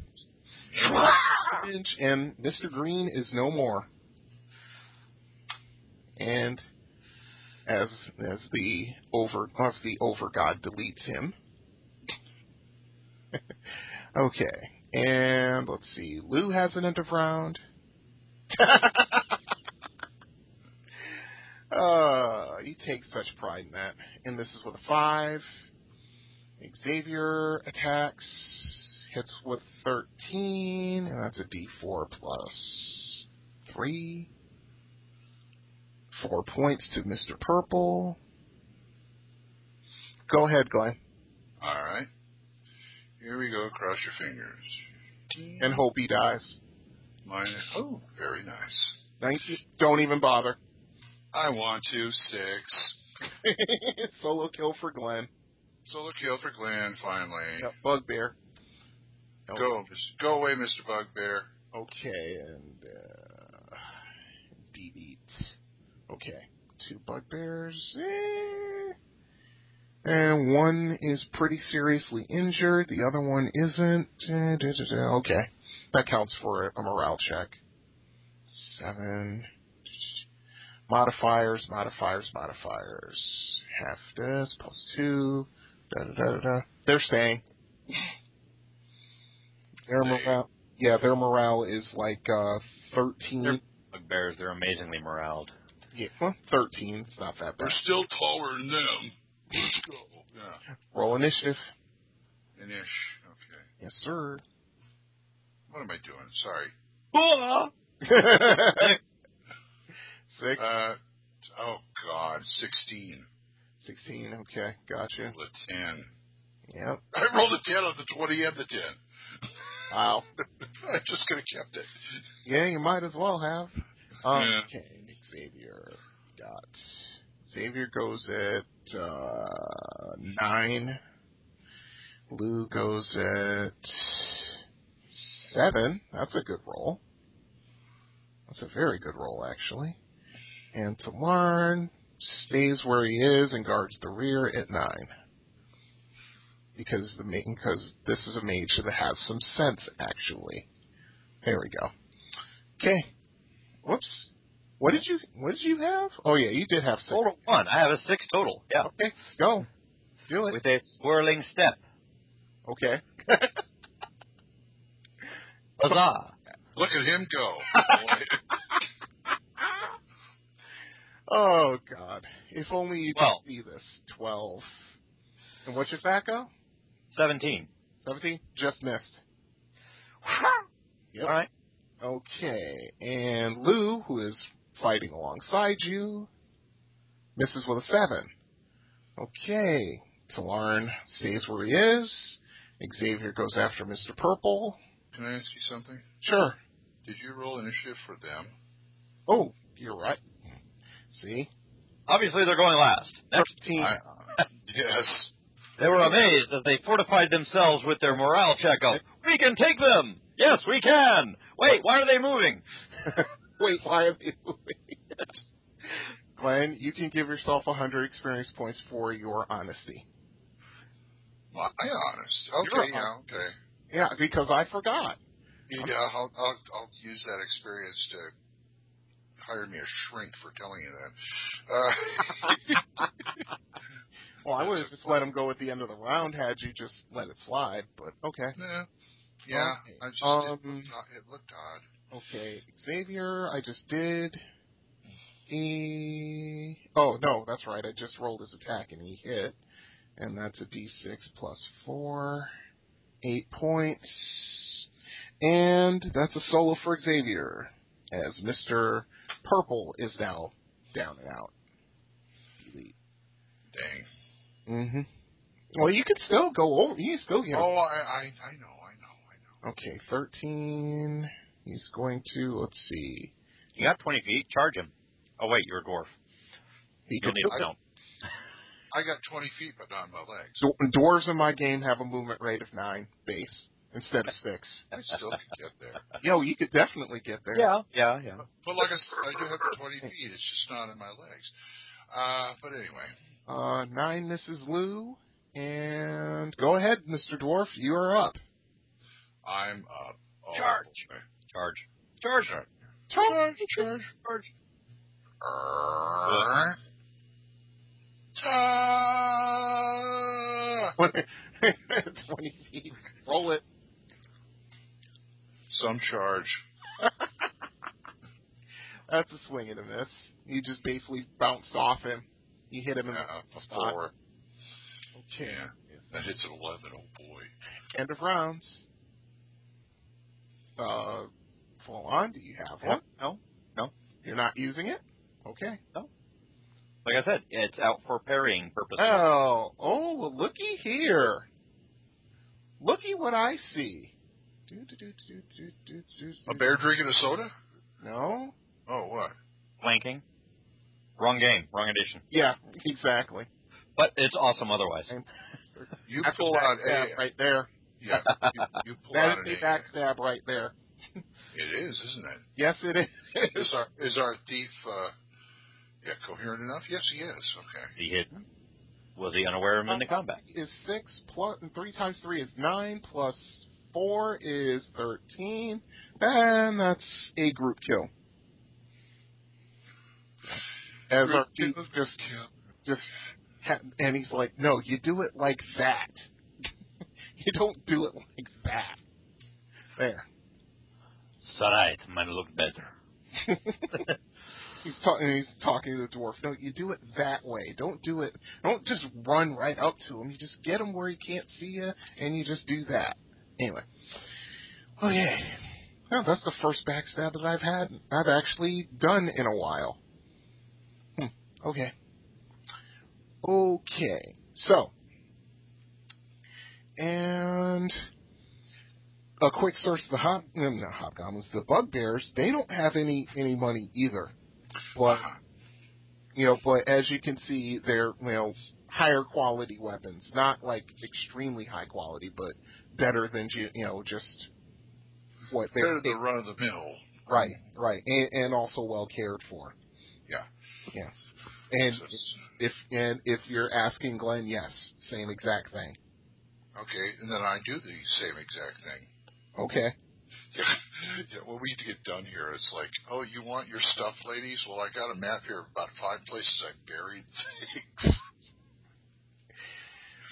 [SPEAKER 5] damage, and Mr. Green is no more. And as as the over of the over god deletes him. okay. And let's see. Lou has an end of round. uh, he takes such pride in that. And this is with a five. Xavier attacks, hits with 13, and that's a d4 plus 3. 4 points to Mr. Purple. Go ahead, Glenn,
[SPEAKER 1] All right. Here we go. Cross your fingers.
[SPEAKER 5] and hope he dies.
[SPEAKER 1] Mine is, oh, very nice.
[SPEAKER 5] 19 don't even bother.
[SPEAKER 1] I want to, six.
[SPEAKER 5] Solo kill for Glenn.
[SPEAKER 1] Solo kill for Glenn, finally.
[SPEAKER 5] Got Bugbear. Nope.
[SPEAKER 1] Go, Mis- go away, Mr. Bugbear.
[SPEAKER 5] Okay, and uh, D Okay, two bugbears, eh. and one is pretty seriously injured. The other one isn't. Eh, da, da, da. Okay, that counts for a morale check. Seven modifiers, modifiers, modifiers. Half this plus two. Da, da, da, da, da. They're staying. Their morale, yeah, their morale is like uh, 13
[SPEAKER 7] They're- Bugbears, they're amazingly moraled.
[SPEAKER 5] Yeah, well, 13. It's not that bad.
[SPEAKER 1] We're still taller than them. Let's go. Yeah.
[SPEAKER 5] Roll initiative.
[SPEAKER 1] An ish. Okay.
[SPEAKER 5] Yes, sir.
[SPEAKER 1] What am I doing? Sorry.
[SPEAKER 5] Six.
[SPEAKER 1] Uh, oh, God. 16.
[SPEAKER 5] 16. Okay, gotcha.
[SPEAKER 1] Rolled a 10.
[SPEAKER 5] Yep.
[SPEAKER 1] I rolled a 10 on the 20 and the 10.
[SPEAKER 5] Wow.
[SPEAKER 1] I just could have kept it.
[SPEAKER 5] Yeah, you might as well have. Um,
[SPEAKER 1] Yeah.
[SPEAKER 5] Okay, Xavier got. Xavier goes at uh, 9. Lou goes at 7. That's a good roll. That's a very good roll, actually. And Tamarn stays where he is and guards the rear at 9. Because the ma- because this is a mage that has some sense, actually. There we go. Okay. Whoops. What did you What did you have? Oh yeah, you did have six.
[SPEAKER 7] Total one. I have a six total. Yeah.
[SPEAKER 5] Okay, go. Do it.
[SPEAKER 7] With a swirling step.
[SPEAKER 5] Okay.
[SPEAKER 7] Huzzah!
[SPEAKER 1] Look at him go.
[SPEAKER 5] Oh God. If only you
[SPEAKER 7] Twelve.
[SPEAKER 5] could see this. Twelve. And what's your FACO?
[SPEAKER 7] Seventeen.
[SPEAKER 5] Seventeen. Just missed. Yep.
[SPEAKER 7] All right.
[SPEAKER 5] Okay. And Lou, who is fighting alongside you, misses with a seven. Okay. Talarn stays where he is. Xavier goes after Mr. Purple.
[SPEAKER 1] Can I ask you something?
[SPEAKER 5] Sure.
[SPEAKER 1] Did you roll initiative for them?
[SPEAKER 5] Oh, you're right. See?
[SPEAKER 7] Obviously, they're going last. Next.
[SPEAKER 5] Thirteen.
[SPEAKER 1] I- yes.
[SPEAKER 7] They were amazed as they fortified themselves with their morale checkup. We can take them! Yes, we can! Wait, why are they moving?
[SPEAKER 5] Wait, why am I moving? Glenn, you can give yourself 100 experience points for your honesty.
[SPEAKER 1] My honest. Okay, yeah, okay.
[SPEAKER 5] Yeah, because I forgot.
[SPEAKER 1] Yeah, I'll, I'll, I'll use that experience to hire me a shrink for telling you that. Uh,
[SPEAKER 5] Well, I would have just let him go at the end of the round had you just let it slide, but okay.
[SPEAKER 1] nah, yeah, I just, it,
[SPEAKER 5] Um,
[SPEAKER 1] looked, odd- it looked odd.
[SPEAKER 5] okay. Xavier, I just did. He. Oh, no, that's right. I just rolled his attack and he hit. And that's a d6 plus 4. 8 points. And that's a solo for Xavier, as Mr. Purple is now down and out.
[SPEAKER 1] Dang.
[SPEAKER 5] Mm-hmm. Well, you can still go over. You can still get a
[SPEAKER 1] Oh, I, I, I know, I know, I know.
[SPEAKER 5] Okay, 13. He's going to, let's see.
[SPEAKER 7] You got 20 feet. Charge him. Oh, wait, you're a dwarf.
[SPEAKER 5] He could,
[SPEAKER 7] You'll need a stone.
[SPEAKER 1] I got 20 feet, but not my legs.
[SPEAKER 5] Dw- dwarves in my game have a movement rate of 9 base instead of 6.
[SPEAKER 1] I still could get there.
[SPEAKER 5] Yo, you could definitely get there.
[SPEAKER 7] Yeah, yeah.
[SPEAKER 1] But like I said, I do have the 20 feet. It's just not in my legs. Uh, but anyway,
[SPEAKER 5] Uh, 9 Mrs. Lou. And go ahead, Mr. Dwarf. You are up.
[SPEAKER 1] I'm up. Oh,
[SPEAKER 7] Charge.
[SPEAKER 1] boy.
[SPEAKER 7] Charge. Charge.
[SPEAKER 5] Charge,
[SPEAKER 7] Charge.
[SPEAKER 1] Err. Ta-
[SPEAKER 5] 20 feet. Roll it.
[SPEAKER 1] Some charge.
[SPEAKER 5] That's a swing and a miss. You just basically bounced off him. You hit him in
[SPEAKER 1] Uh,
[SPEAKER 5] the spot.
[SPEAKER 1] four.
[SPEAKER 5] Okay.
[SPEAKER 1] Yeah. That hits an 11. Oh, boy.
[SPEAKER 5] End of rounds. Uh, full on. Do you have one?
[SPEAKER 7] No.
[SPEAKER 5] You're not using it. Okay.
[SPEAKER 7] Like I said, it's out for parrying purposes.
[SPEAKER 5] Oh, oh, well, looky here. Looky what I see.
[SPEAKER 6] A bear drinking a soda?
[SPEAKER 5] No.
[SPEAKER 6] Oh, what?
[SPEAKER 7] Blanking. Wrong game. Wrong edition.
[SPEAKER 5] Yeah, exactly.
[SPEAKER 7] But it's awesome otherwise.
[SPEAKER 6] You
[SPEAKER 5] That's a
[SPEAKER 6] pull out
[SPEAKER 5] backstab
[SPEAKER 6] a
[SPEAKER 5] right there.
[SPEAKER 6] yeah. You, you pull
[SPEAKER 5] That
[SPEAKER 6] out
[SPEAKER 5] is
[SPEAKER 6] an
[SPEAKER 5] a
[SPEAKER 6] A.
[SPEAKER 5] backstab right there.
[SPEAKER 6] It is, isn't it?
[SPEAKER 5] Yes, it is.
[SPEAKER 6] Is our is our thief uh, yeah coherent enough? Yes, he is. Okay.
[SPEAKER 7] He hidden. Was he unaware of him in the combat?
[SPEAKER 5] Is six plus and three times three is nine plus four is thirteen, and that's a group kill. As our dude just just ha- and he's like, no, you do it like that. you don't do it like that. There.
[SPEAKER 7] Sarait, man look better.
[SPEAKER 5] he's talking. He's talking to the dwarf. No, you do it that way. Don't do it. Don't just run right up to him. You just get him where he can't see you, and you just do that. Anyway. Oh yeah. Well, that's the first backstab that I've had. I've actually done in a while. Hmm. Okay. Okay. So. And a quick search of the hob no, not hobgoblins, the bugbears, they don't have any any money either. But you know, but as you can see, they're you know higher quality weapons, not like extremely high quality, but better than you you know just what they
[SPEAKER 6] They're the run of the mill.
[SPEAKER 5] right right and, and also well cared for.
[SPEAKER 6] Yeah.
[SPEAKER 5] yeah. And if and if you're asking Glenn, yes, same exact thing.
[SPEAKER 6] Okay, and then I do the same exact thing.
[SPEAKER 5] Okay.
[SPEAKER 6] yeah, when we get done here, it's like, oh, you want your stuff, ladies? Well, I got a map here of about five places I buried things.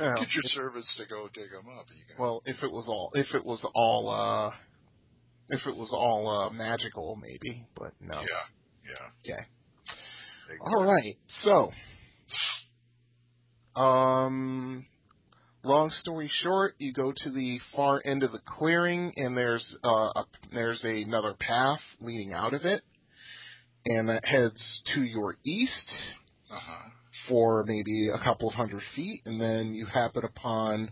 [SPEAKER 5] Well,
[SPEAKER 6] Get your servants to go dig them up. You can,
[SPEAKER 5] Well, if it was all if it was all uh if it was all uh magical maybe, but no.
[SPEAKER 6] yeah, yeah.
[SPEAKER 5] Okay.
[SPEAKER 6] They-
[SPEAKER 5] All right. So um long story short, you go to the far end of the clearing and there's uh a, there's another path leading out of it and that heads to your east
[SPEAKER 6] Uh-huh.
[SPEAKER 5] for maybe a couple of hundred feet, and then you happen upon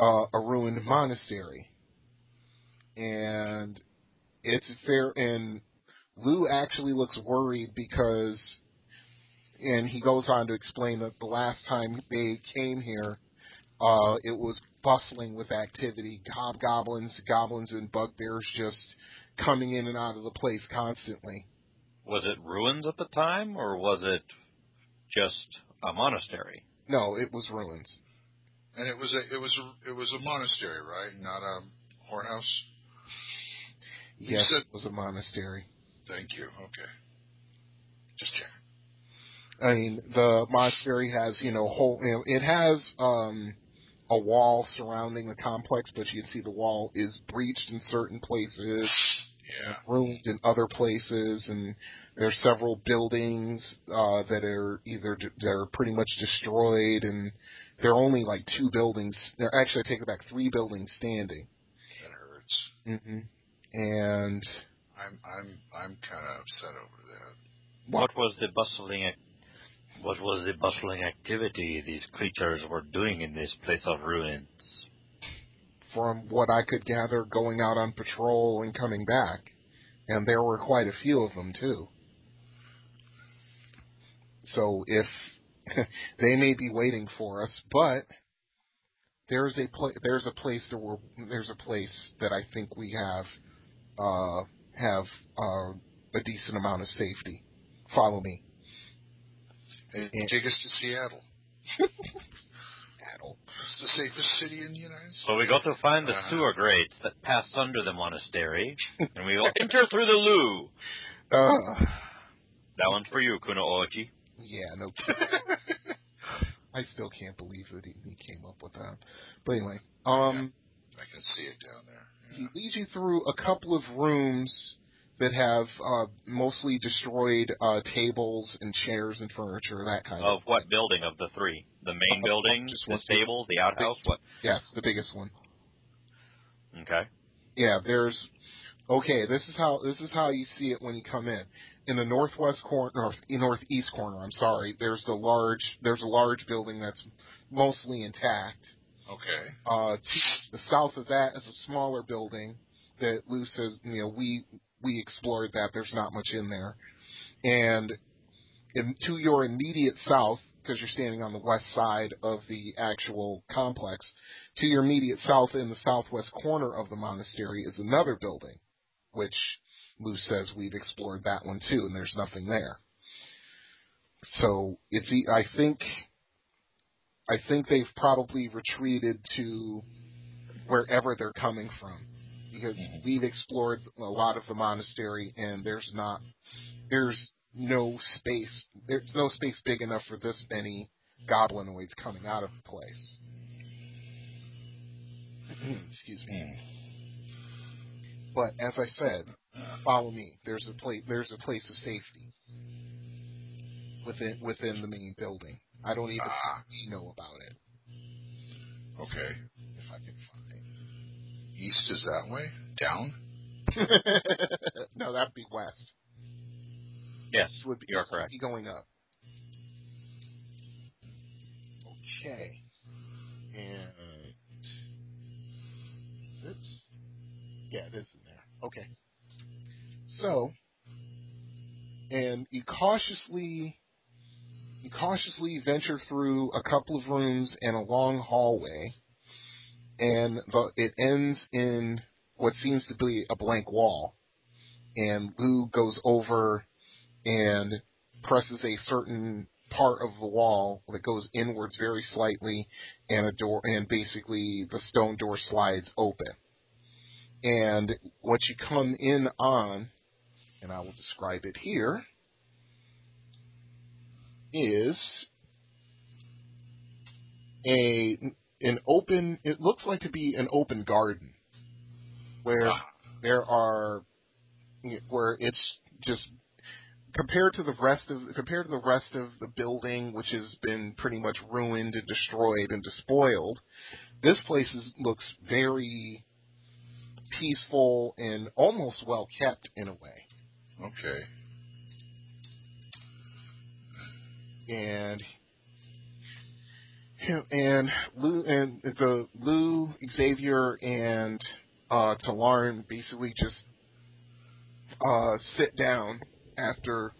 [SPEAKER 5] uh, a ruined monastery. And it's fair, and Lou actually looks worried because, and he goes on to explain that the last time they came here, uh, it was bustling with activity, hobgoblins, goblins, and bugbears just coming in and out of the place constantly.
[SPEAKER 7] Was it ruins at the time, or was it just a monastery?
[SPEAKER 5] No, it was ruins.
[SPEAKER 6] And it was a it was a, it was a monastery, right? Not a whorehouse.
[SPEAKER 5] Yes,
[SPEAKER 6] said-
[SPEAKER 5] it was a monastery.
[SPEAKER 6] Thank you. Okay. Just check.
[SPEAKER 5] I mean, the monastery has, you know, whole. You know, it has um, a wall surrounding the complex, but you can see the wall is breached in certain places,
[SPEAKER 6] Yeah.
[SPEAKER 5] ruined in other places, and there are several buildings uh, that are either that are pretty much destroyed, and there are only like two buildings. There, actually, I take it back, three buildings standing.
[SPEAKER 6] That hurts.
[SPEAKER 5] Mm-hmm. And
[SPEAKER 6] I'm I'm I'm kind of upset over that.
[SPEAKER 7] What was the bustling? ac- What was the bustling activity these creatures were doing in this place of ruins?
[SPEAKER 5] from what I could gather, going out on patrol and coming back, and there were quite a few of them too. So if they may be waiting for us, but there's a pla there's a place that we're, there's a place that I think we have uh, have uh, a decent amount of safety. Follow me,
[SPEAKER 6] Hey,
[SPEAKER 5] Yeah.
[SPEAKER 6] Take us to Seattle.
[SPEAKER 5] Adel.
[SPEAKER 6] It's the safest city in the United States.
[SPEAKER 7] So we got to find the
[SPEAKER 5] Uh.
[SPEAKER 6] Uh-huh.
[SPEAKER 7] sewer grates that passed under the monastery, and we will enter through the loo.
[SPEAKER 5] Uh,
[SPEAKER 7] That one's for you, Kuno Oji.
[SPEAKER 5] yeah, no. kidding. I still can't believe that he, he came up with that. But anyway, um.
[SPEAKER 6] I can see it down there.
[SPEAKER 5] he
[SPEAKER 6] Yeah.
[SPEAKER 5] leads you through a couple of rooms that have uh, mostly destroyed uh, tables and chairs and furniture, that kind
[SPEAKER 6] Oh,
[SPEAKER 7] Of
[SPEAKER 5] of.
[SPEAKER 7] what building of the three? The main
[SPEAKER 5] Uh,
[SPEAKER 7] building,
[SPEAKER 5] just
[SPEAKER 7] the
[SPEAKER 5] one-
[SPEAKER 7] stable, the outhouse? What?
[SPEAKER 5] Yes, the biggest one.
[SPEAKER 7] Okay.
[SPEAKER 5] Yeah, there's. Okay, this is how this is how you see it when you come in. In the northwest corner, or in northeast corner, I'm sorry. There's the large there's a large building that's mostly intact.
[SPEAKER 6] Okay.
[SPEAKER 5] Uh, to the south of that is a smaller building, that Lou says, you know, we we explored that. There's not much in there, and in, to your immediate south, because you're standing on the west side of the actual complex, to your immediate south in the southwest corner of the monastery is another building, which Lou says we've explored that one too, and there's nothing there. So it's e- I think I think they've probably retreated to wherever they're coming from because we've explored a lot of the monastery and there's not there's no space there's no space big enough for this many goblinoids coming out of the place. Excuse me. But as I said, follow me. There's a place there's a place of safety within within the main building. I don't even
[SPEAKER 6] Ah.
[SPEAKER 5] think we know about it
[SPEAKER 6] Okay.
[SPEAKER 5] if I can find it.
[SPEAKER 6] East is that way? Down?
[SPEAKER 5] no, that'd be west.
[SPEAKER 7] Yes,
[SPEAKER 5] This would be,
[SPEAKER 7] you are
[SPEAKER 5] this would
[SPEAKER 7] correct.
[SPEAKER 5] be going up. Okay. And this, yeah, it is in there. Okay. So, and you cautiously, you cautiously venture through a couple of rooms and a long hallway, and the, it ends in what seems to be a blank wall. And Lou goes over and presses a certain part of the wall that goes inwards very slightly, and a door, and basically the stone door slides open. And what you come in on, and I will describe it here, is a an open. It looks like to be an open garden, where there are, where it's just compared to the rest of compared to the rest of the building, which has been pretty much ruined and destroyed and despoiled, this place is, looks very peaceful and almost well kept in a way.
[SPEAKER 6] Okay.
[SPEAKER 5] And and Lou and the Lou Xavier and uh, Talarn basically just uh, sit down after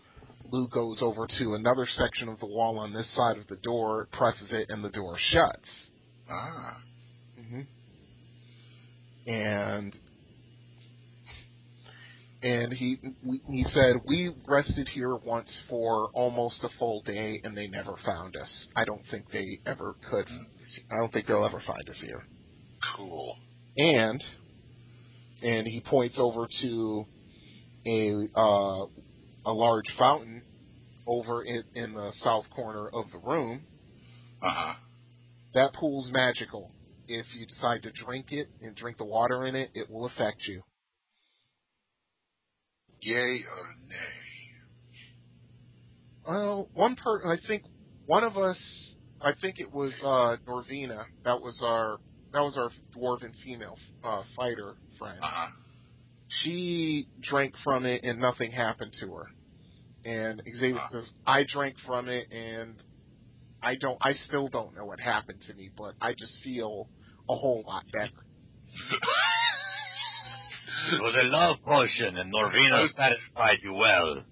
[SPEAKER 5] Lou goes over to another section of the wall on this side of the door, presses it, and the door shuts.
[SPEAKER 6] Ah.
[SPEAKER 5] Mm-hmm. And and he we- he said we rested here once for almost a full day, and they never found us. I don't think they ever could. I don't think they'll ever find us here.
[SPEAKER 6] Cool.
[SPEAKER 5] And and he points over to a uh, a large fountain over in, in the south corner of the room,
[SPEAKER 6] Uh huh.
[SPEAKER 5] that pool's magical. If you decide to drink it and drink the water in it, it will affect you.
[SPEAKER 6] Yay or nay?
[SPEAKER 5] Well, one per I think one of us I think it was uh Norvina. That was our that was our dwarven female uh fighter friend.
[SPEAKER 6] Uh huh.
[SPEAKER 5] She drank from it and nothing happened to her. And Xavier says, I drank from it and I don't I still don't know what happened to me, but I just feel a whole lot better.
[SPEAKER 7] It was a love potion, and Norvina satisfied you well.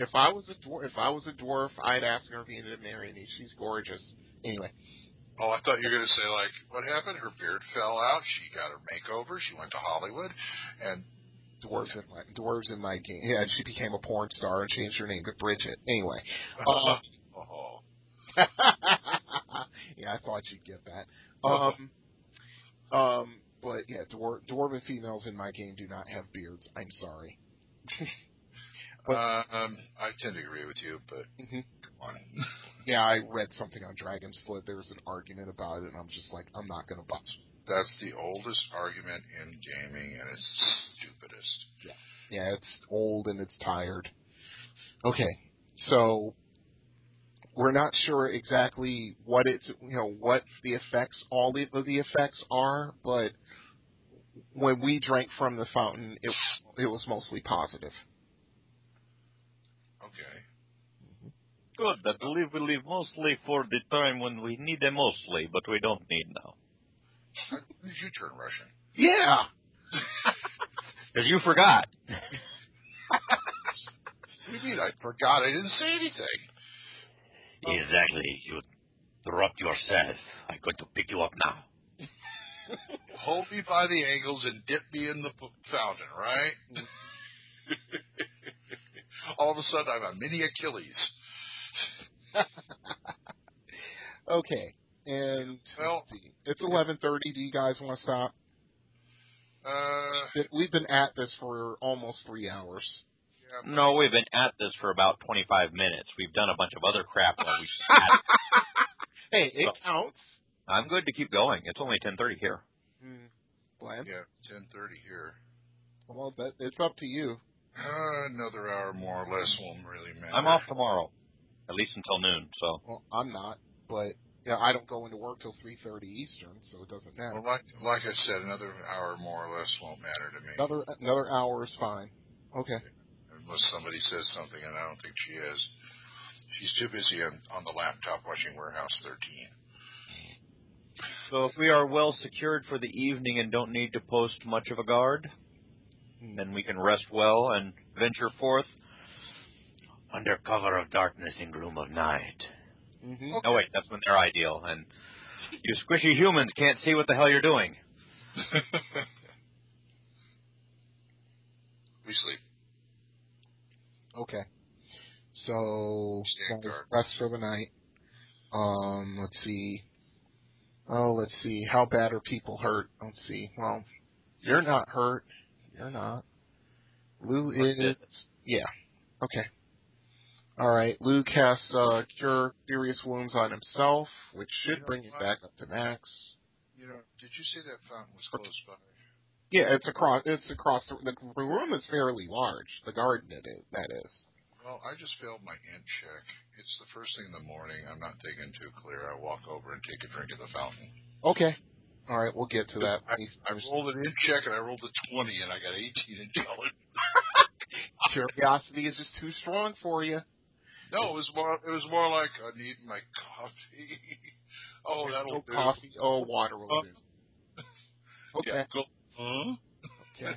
[SPEAKER 5] If I was a dwarf, if I was a dwarf, I'd ask Irvina to marry me. She's gorgeous. Anyway,
[SPEAKER 6] Oh, I thought you were going to say, like, what happened? Her beard fell out. She got her makeover. She went to Hollywood. And,
[SPEAKER 5] dwarves in my dwarves in my game. Yeah, and she became a porn star and changed her name to Bridget. Anyway, Uh.
[SPEAKER 6] oh,
[SPEAKER 5] yeah, I thought you'd get that.
[SPEAKER 6] Uh-huh.
[SPEAKER 5] Um, um, but yeah, dwar- dwarven females in my game do not have beards. I'm sorry. But-
[SPEAKER 6] um, I tend to agree with you, but
[SPEAKER 5] Mhm.
[SPEAKER 6] come on.
[SPEAKER 5] Yeah, I read something on Dragon's Foot. There was an argument about it, and I'm just like, I'm not gonna bust.
[SPEAKER 6] That's the oldest argument in gaming, and it's stupidest.
[SPEAKER 5] Yeah, it's old and it's tired. Okay, so we're not sure exactly what it's you know what the effects all the of the effects are, but when we drank from the fountain, it it was mostly positive.
[SPEAKER 6] Okay.
[SPEAKER 7] Good, that leave we leave mostly for the time when we need them mostly, but
[SPEAKER 6] Uh,
[SPEAKER 7] we don't need now.
[SPEAKER 6] How did you turn Russian?
[SPEAKER 5] Yeah.
[SPEAKER 7] Because you forgot.
[SPEAKER 6] What do you mean I forgot? I didn't say anything.
[SPEAKER 7] Exactly. You dropped yourself. I'm going to pick you up now.
[SPEAKER 6] Um, Hold me by the ankles and dip me in the p- fountain, right? All of a sudden, I'm a mini Achilles.
[SPEAKER 5] Okay. And
[SPEAKER 6] Well-
[SPEAKER 5] let's see. it's 11:30. Do you guys want to stop?
[SPEAKER 6] Uh,
[SPEAKER 5] Th- We've been at this for almost three hours.
[SPEAKER 6] yeah,
[SPEAKER 7] No, we've been at this for about 25 minutes. We've done a bunch of other crap. While we had it.
[SPEAKER 5] Hey, it
[SPEAKER 7] Oh.
[SPEAKER 5] counts.
[SPEAKER 7] I'm good to keep going. It's only 10:30 here.
[SPEAKER 5] Hmm. Glenn?
[SPEAKER 6] yeah, 10:30 here.
[SPEAKER 5] Well, that, it's up to you.
[SPEAKER 6] Uh, another hour more or less won't really matter.
[SPEAKER 7] I'm off tomorrow, at least until noon. So
[SPEAKER 5] Well, I'm not, but yeah, I don't go into work till 3:30 Eastern, so it doesn't matter.
[SPEAKER 6] Well, like like I said, another hour more or less won't matter to me,
[SPEAKER 5] Another another hour is fine. Okay.
[SPEAKER 6] unless somebody says something, and I don't think she is. She's too busy on, on the laptop watching Warehouse 13.
[SPEAKER 7] So if we are well secured for the evening and don't need to post much of a guard, then we can rest well and venture forth.
[SPEAKER 4] Under cover of darkness and gloom of night.
[SPEAKER 5] hmm
[SPEAKER 7] Oh wait, that's when they're ideal, and you squishy humans can't see what the hell you're doing.
[SPEAKER 6] we sleep.
[SPEAKER 5] Okay. So
[SPEAKER 6] Stand
[SPEAKER 5] guys,
[SPEAKER 6] guard.
[SPEAKER 5] rest for the night. Um, let's see. Oh, let's see. How bad are people hurt? Let's see. Well, you're not hurt. You're not. Lou is. Yeah. Okay. All right. Lou casts uh, cure serious wounds on himself, which should bring him back up to max.
[SPEAKER 6] You know, did you say that fountain was close by?
[SPEAKER 5] Yeah, it's across. It's across the, the room is fairly large. The garden it is. That is.
[SPEAKER 6] Well, I just failed my int check. It's the first thing in the morning. I'm not thinking too clear. I walk over and take a drink of the fountain.
[SPEAKER 5] Okay. All right. We'll get to that.
[SPEAKER 6] I rolled an int check and I rolled a 20 and I got 18 intelligence.
[SPEAKER 5] curiosity is just too strong for you.
[SPEAKER 6] No, it was more. It was more like I need my coffee. oh, that'll
[SPEAKER 5] No
[SPEAKER 6] do.
[SPEAKER 5] coffee. Oh, water will do. Okay.
[SPEAKER 6] Yeah, go. Huh?
[SPEAKER 5] Okay.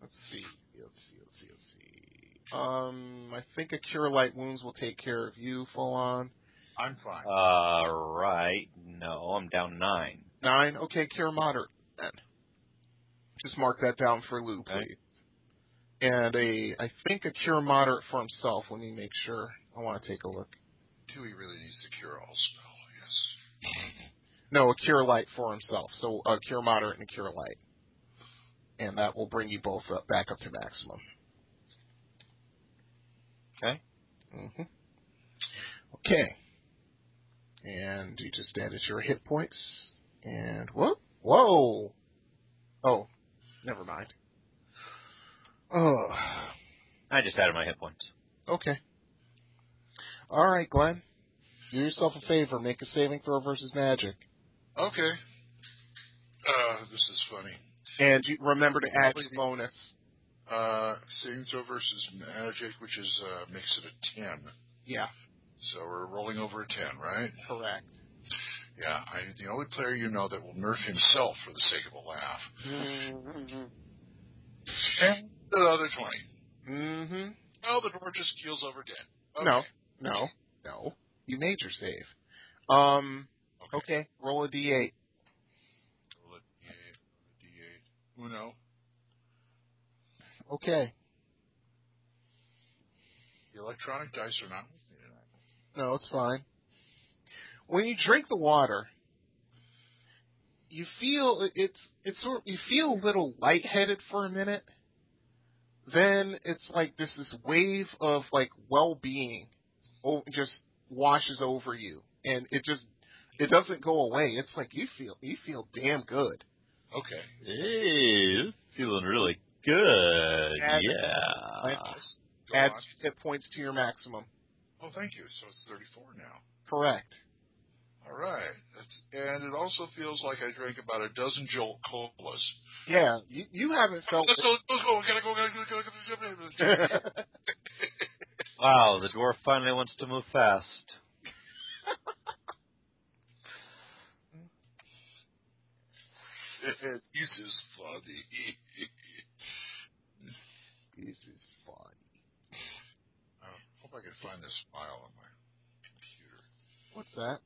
[SPEAKER 5] Let's see. Let's see. Let's see. Let's see. Um, I think a cure light wounds will take care of you full on.
[SPEAKER 6] I'm fine.
[SPEAKER 7] Uh, right? No, I'm down nine.
[SPEAKER 5] Nine. Okay, cure moderate then. Just mark that down for Lou,
[SPEAKER 7] Okay.
[SPEAKER 5] please. And a, I think a cure moderate for himself. Let me make sure. I want to take a look.
[SPEAKER 6] Tui really needs to cure all spell. Yes.
[SPEAKER 5] No, a cure light for himself. So a cure moderate and a cure light. And that will bring you both up back up to maximum.
[SPEAKER 7] Okay.
[SPEAKER 6] Mm-hmm.
[SPEAKER 5] hmm Okay. And you just added your hit points. And whoa, whoa. Oh, never mind. Oh,
[SPEAKER 7] I just added my hit points.
[SPEAKER 5] okay. All right, Glenn. Do yourself a favor. Make a saving throw versus magic.
[SPEAKER 6] Okay. Uh, this is funny.
[SPEAKER 5] And you remember to add your bonus.
[SPEAKER 6] Uh, saving throw versus magic, which is uh, makes it a ten.
[SPEAKER 5] Yeah,
[SPEAKER 6] So we're rolling over a ten, right?
[SPEAKER 5] correct.
[SPEAKER 6] Yeah. I'm the only player you know that will nerf himself for the sake of a laugh. And the other twenty.
[SPEAKER 5] Mm-hmm.
[SPEAKER 6] Oh, the door just keels over dead. Okay.
[SPEAKER 5] No, no, no. You made your save. Um.
[SPEAKER 6] Okay.
[SPEAKER 5] Okay. Roll a d8.
[SPEAKER 6] Roll a D8. roll a D8. Uno.
[SPEAKER 5] Okay.
[SPEAKER 6] The electronic dice are not with me tonight.
[SPEAKER 5] No, it's fine. When you drink the water, you feel it's it's sort you feel a little lightheaded for a minute. Then it's like this this wave of like well being, oh, just washes over you, and it just it doesn't go away. It's like you feel you feel damn good.
[SPEAKER 6] Okay.
[SPEAKER 7] Hey, this is feeling really good.
[SPEAKER 5] Add-
[SPEAKER 7] yeah.
[SPEAKER 6] Go
[SPEAKER 5] add
[SPEAKER 6] on.
[SPEAKER 5] hit points to your maximum.
[SPEAKER 6] Oh, thank you. So it's 34 now.
[SPEAKER 5] Correct.
[SPEAKER 6] All right. That's, and it also feels like I drank about a dozen Jolt colas.
[SPEAKER 5] Yeah, you, you haven't felt.
[SPEAKER 6] Let's go. Let's go. Gotta go. Gotta go. Gotta go. Gotta go.
[SPEAKER 5] yeah,
[SPEAKER 7] Wow, the dwarf finally wants to move fast.
[SPEAKER 6] He's just funny. this file on my computer.
[SPEAKER 5] What's that?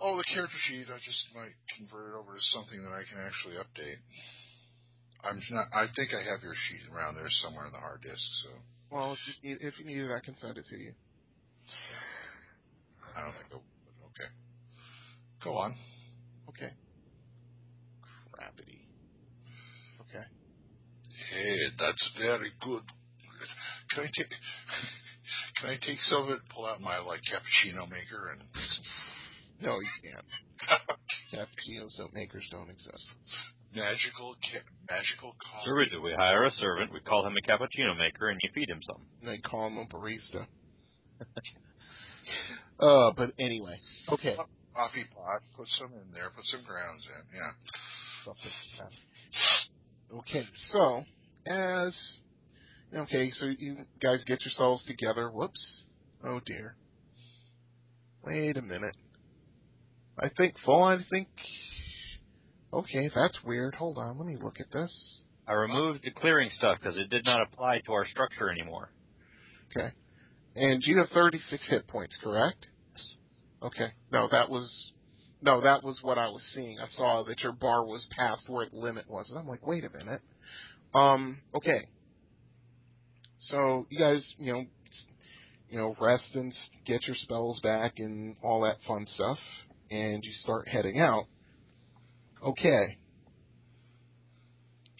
[SPEAKER 6] Oh, the character sheet. I just might convert it over to something that I can actually update. I'm just not. I think I have your sheet around there somewhere in the hard disk. So
[SPEAKER 5] Well, if you, need, if you need it, I can send it to you.
[SPEAKER 6] I don't think. I'll, but okay. Go on.
[SPEAKER 5] Okay.
[SPEAKER 2] Crappity.
[SPEAKER 5] Okay.
[SPEAKER 6] Hey, that's very good. Can I take? Can I take some of it? Pull out my like cappuccino maker and.
[SPEAKER 5] No, you can't. Cappuccinos don't makers don't exist.
[SPEAKER 6] Magical, ca- magical coffee.
[SPEAKER 7] So we do. We hire a servant, we call him a cappuccino maker, and you feed him some.
[SPEAKER 5] They call him a barista. uh, but anyway. Okay.
[SPEAKER 6] coffee pot, put some in there, put some grounds in. Yeah.
[SPEAKER 5] something like that. Okay, so as okay, so you guys get yourselves together. Whoops. Oh dear. Wait a minute. I think full. I think. Okay, that's weird. Hold on. Let me look at this.
[SPEAKER 7] I removed the clearing stuff because it did not apply to our structure anymore.
[SPEAKER 5] And you have 36 hit points, correct? Okay. No, that was no, that was what I was seeing. I saw that your bar was past where its limit was, and I'm like, wait a minute. Um. Okay. So you guys, you know, you know, rest and s- get your spells back and all that fun stuff, and you start heading out. Okay.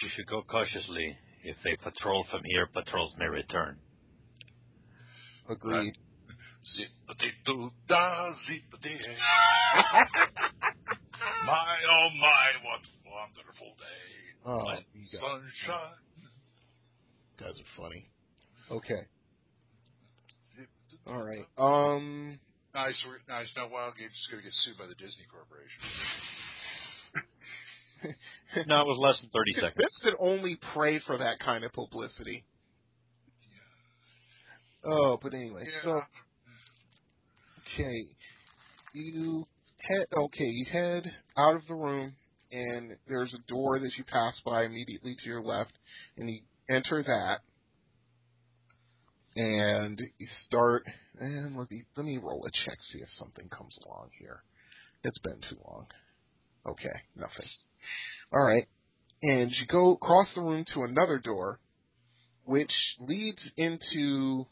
[SPEAKER 7] We should go cautiously. If they patrol from here, patrols may return.
[SPEAKER 5] Agreed.
[SPEAKER 6] Zippity doo da, zippity hey. My oh my, what a wonderful day.
[SPEAKER 5] Oh,
[SPEAKER 6] Like
[SPEAKER 5] you guys,
[SPEAKER 6] Sunshine.
[SPEAKER 5] guys are funny. Okay.
[SPEAKER 6] Zip-
[SPEAKER 5] All right. Um.
[SPEAKER 6] Nice, we're- nice. Now Wild Games is going to get sued by the Disney Corporation.
[SPEAKER 7] No, it was less than 30 seconds.
[SPEAKER 5] This could only pray for that kind of publicity. Oh, but anyway, so okay, you head okay, you head out of the room, and there's a door that you pass by immediately to your left, and you enter that, and you start. And let me let me roll a check see if something comes along here. It's been too long. Okay, nothing. All right and you go across the room to another door, which leads into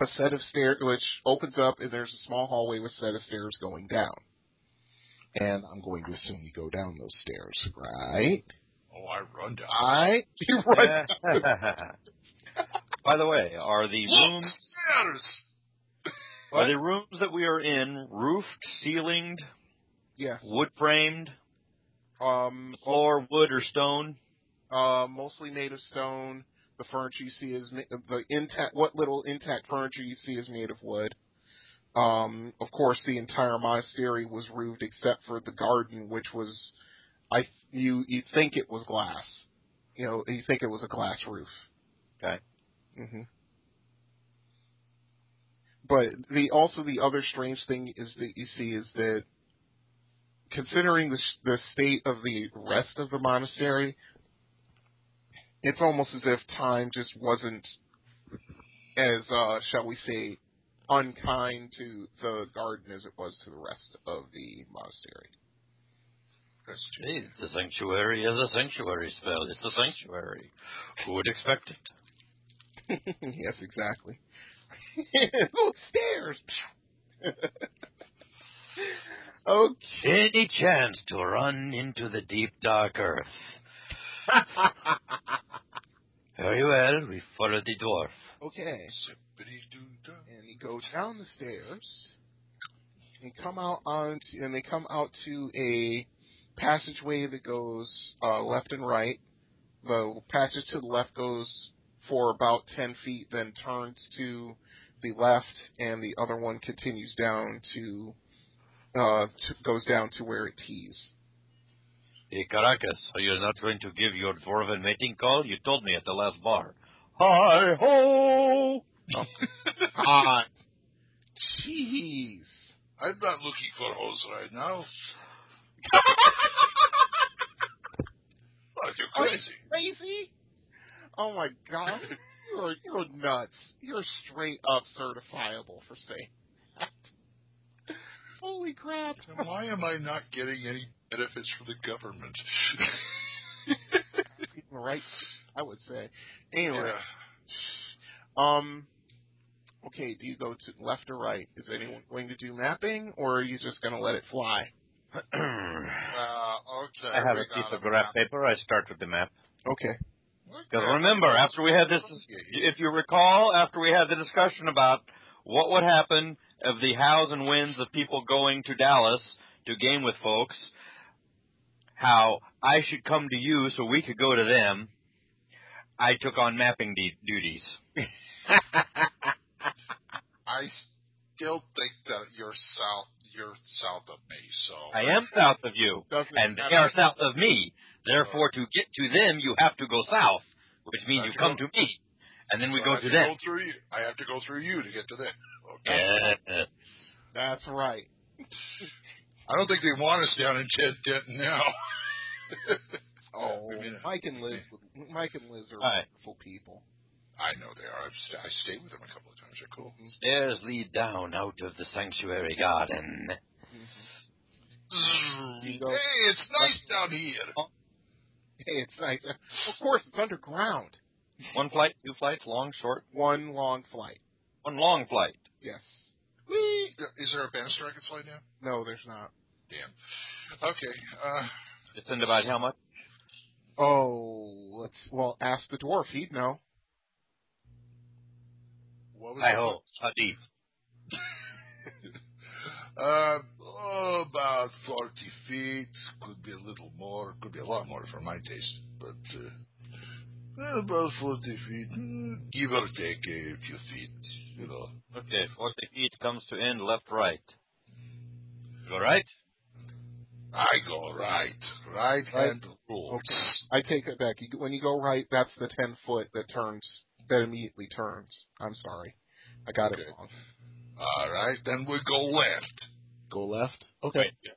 [SPEAKER 5] a set of stairs, which opens up, and there's a small hallway with a set of stairs going down. And I'm going to assume you go down those stairs, right?
[SPEAKER 6] Oh, I run down.
[SPEAKER 5] I you run
[SPEAKER 7] By the way, are the
[SPEAKER 6] Look,
[SPEAKER 7] rooms
[SPEAKER 6] stairs.
[SPEAKER 7] are the rooms that we are in roofed, ceilinged,
[SPEAKER 5] Yes.
[SPEAKER 7] wood framed,
[SPEAKER 5] Um.
[SPEAKER 7] floor wood or stone?
[SPEAKER 5] Uh. Mostly made of stone. The furniture you see is ma- the intact. What little intact furniture you see is made of wood. Um, of course, the entire monastery was roofed except for the garden, which was, I you you think it was glass. You know, you think it was a glass roof.
[SPEAKER 7] Okay.
[SPEAKER 5] hmm But the also the other strange thing is that you see is that considering the s- the state of the rest of the monastery, it's almost as if time just wasn't as uh, shall we say unkind to the garden as it was to the rest of the monastery.
[SPEAKER 6] That's too-
[SPEAKER 7] Hey, the sanctuary is a sanctuary spell. It's a sanctuary. Who would expect it?
[SPEAKER 5] yes, exactly. Those stairs. okay.
[SPEAKER 7] Any chance to run into the deep dark earth? Very well, we follow the dwarf.
[SPEAKER 5] Okay.
[SPEAKER 6] Zippity doo da.
[SPEAKER 5] And you go down the stairs and come out on and they come out to a passageway that goes uh, left and right. The passage to the left goes for about ten feet, then turns to the left, and the other one continues down to, uh, to goes down to where it tees.
[SPEAKER 7] Hey, Caracas, are you not going to give your dwarven mating call? You told me at the last bar. Hi ho!
[SPEAKER 5] God. Jeez.
[SPEAKER 6] I'm not looking for hoes right now. Are you
[SPEAKER 5] Are
[SPEAKER 6] crazy?
[SPEAKER 5] you crazy? Oh my god. You're, you're nuts. you're straight up certifiable for saying that. Holy crap!
[SPEAKER 6] Then why am I not getting any benefits from the government?
[SPEAKER 5] right, I would say. Anyway, um, okay. Do you go to left or right? Is anyone going to do mapping, or are you just going to let it fly?
[SPEAKER 6] Uh, okay.
[SPEAKER 7] I have
[SPEAKER 6] we
[SPEAKER 7] a piece
[SPEAKER 6] got
[SPEAKER 7] of graph paper. I start with the map.
[SPEAKER 5] Okay.
[SPEAKER 6] What
[SPEAKER 7] Because
[SPEAKER 6] graph
[SPEAKER 7] remember,
[SPEAKER 6] paper?
[SPEAKER 7] after we had this, if you recall, after we had the discussion about what would happen of the hows and whens of people going to Dallas to game with folks, how I should come to you so we could go to them, I took on mapping de- duties.
[SPEAKER 6] I still think that you're south. You're south of me, so
[SPEAKER 7] I am south of you,
[SPEAKER 5] Doesn't
[SPEAKER 7] and they
[SPEAKER 5] matter.
[SPEAKER 7] are south of me. Therefore, to get to them, you have to go south, which means you come to me, and then we
[SPEAKER 6] So
[SPEAKER 7] go
[SPEAKER 6] I have
[SPEAKER 7] to them.
[SPEAKER 6] Go through you. I have to go through you to get to them. Okay.
[SPEAKER 7] Yeah.
[SPEAKER 5] That's right.
[SPEAKER 6] I don't think they want us down in Ted Denton now.
[SPEAKER 5] Oh,
[SPEAKER 6] I mean,
[SPEAKER 5] Mike and Liz, would- Mike and Liz are
[SPEAKER 7] Hi.
[SPEAKER 5] wonderful people.
[SPEAKER 6] I know they are. I've st- I stayed with them a couple of times. They're cool.
[SPEAKER 7] Stairs lead down out of the sanctuary garden.
[SPEAKER 5] You go-
[SPEAKER 6] Hey, it's nice down here.
[SPEAKER 5] Hey, it's nice. Of course, it's underground.
[SPEAKER 7] One flight, two flights, long, short.
[SPEAKER 5] One long flight.
[SPEAKER 7] One long flight.
[SPEAKER 5] Yes.
[SPEAKER 6] Whee! Is there a banister I can slide down?
[SPEAKER 5] No, there's not.
[SPEAKER 6] Okay. Uh,
[SPEAKER 7] Descend about how much?
[SPEAKER 5] Oh, let's. Well, ask the dwarf. He'd know.
[SPEAKER 6] what was
[SPEAKER 7] I
[SPEAKER 6] it?
[SPEAKER 7] hope. How deep?
[SPEAKER 6] Uh, oh, about 40 feet. Could be a little more. Could be a lot more for my taste. But uh, about 40 feet. hmm, Give or take a few feet. You know.
[SPEAKER 7] Okay, 40 feet comes to end left, right. Go right?
[SPEAKER 6] I go right. Right hand rules.
[SPEAKER 5] Okay. I take it back. You, when you go right, that's the ten foot that turns. That immediately turns. I'm sorry. I got it
[SPEAKER 6] Okay.
[SPEAKER 5] wrong.
[SPEAKER 6] All right. Then we go left.
[SPEAKER 5] Go left.
[SPEAKER 7] Okay.
[SPEAKER 6] Yes.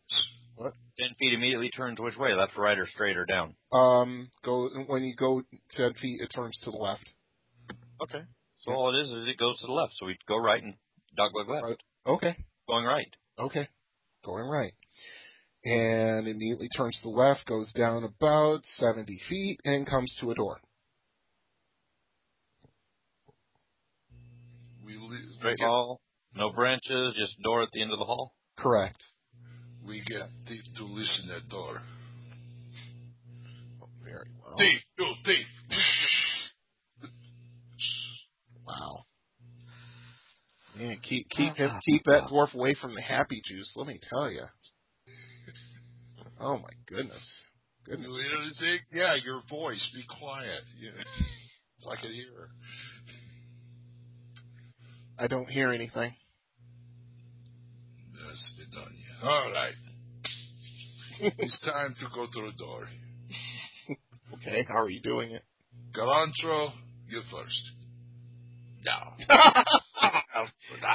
[SPEAKER 7] 10 feet immediately turns which way? Left, right, or straight, or down?
[SPEAKER 5] Um, go when you go ten feet, it turns to the left.
[SPEAKER 7] Okay. So all it is is it goes to the left. So we go right and dogleg left.
[SPEAKER 5] Right. Okay.
[SPEAKER 7] Going right.
[SPEAKER 5] Okay. Going right. And immediately turns to the left, goes down about 70 feet, and comes to a door.
[SPEAKER 6] We, li- we,
[SPEAKER 7] Straight
[SPEAKER 6] get,
[SPEAKER 7] hall. No branches, just door at the end of the hall.
[SPEAKER 5] Correct.
[SPEAKER 6] we get thief to listen at door.
[SPEAKER 5] Very well.
[SPEAKER 6] Thief, you thief.
[SPEAKER 5] Wow. Man, keep keep him, keep that dwarf away from the happy juice. Let me tell you. Oh my goodness,
[SPEAKER 6] You
[SPEAKER 5] goodness.
[SPEAKER 6] little thing. Yeah, your voice. Be quiet. Yeah. So I can hear.
[SPEAKER 5] I don't hear anything.
[SPEAKER 6] That's been done. Yeah. All right. it's time to go through the door.
[SPEAKER 5] Okay, how are you doing it?
[SPEAKER 6] Galantro, you first. Now.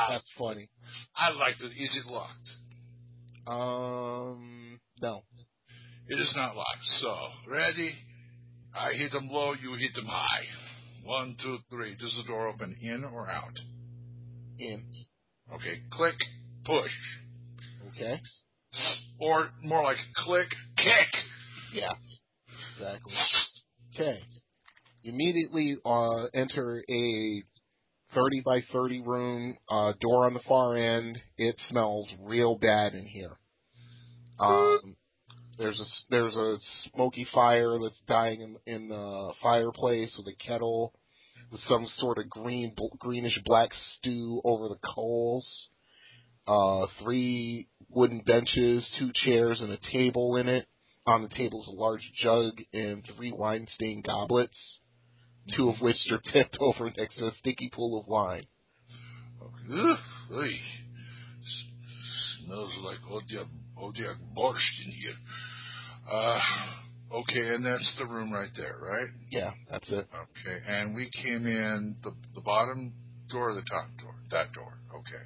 [SPEAKER 5] That's funny.
[SPEAKER 6] I like it. Is it locked?
[SPEAKER 5] Um, no.
[SPEAKER 6] It is not locked. So, ready? I hit them low, you hit them high. One, two, three. Does the door open in or out?
[SPEAKER 5] In.
[SPEAKER 6] Okay, click, push.
[SPEAKER 5] Okay.
[SPEAKER 6] Or more like click, kick.
[SPEAKER 5] Yeah. Exactly. Okay. You immediately uh, enter a 30 by 30 room, uh, door on the far end. It smells real bad in here. Um, there's a there's a smoky fire that's dying in in the fireplace with a kettle with some sort of green bl- greenish black stew over the coals. Uh, three wooden benches, two chairs, and a table in it. On the table is a large jug and three wine-stained goblets, two of which are tipped over next to a sticky pool of wine.
[SPEAKER 6] Ugh, oy. S- Smells like Odiak, Odiak borscht in here. Uh, okay, and that's the room right there, right?
[SPEAKER 5] Yeah, that's it.
[SPEAKER 6] Okay, and we came in the, the bottom door or the top door? That door, okay.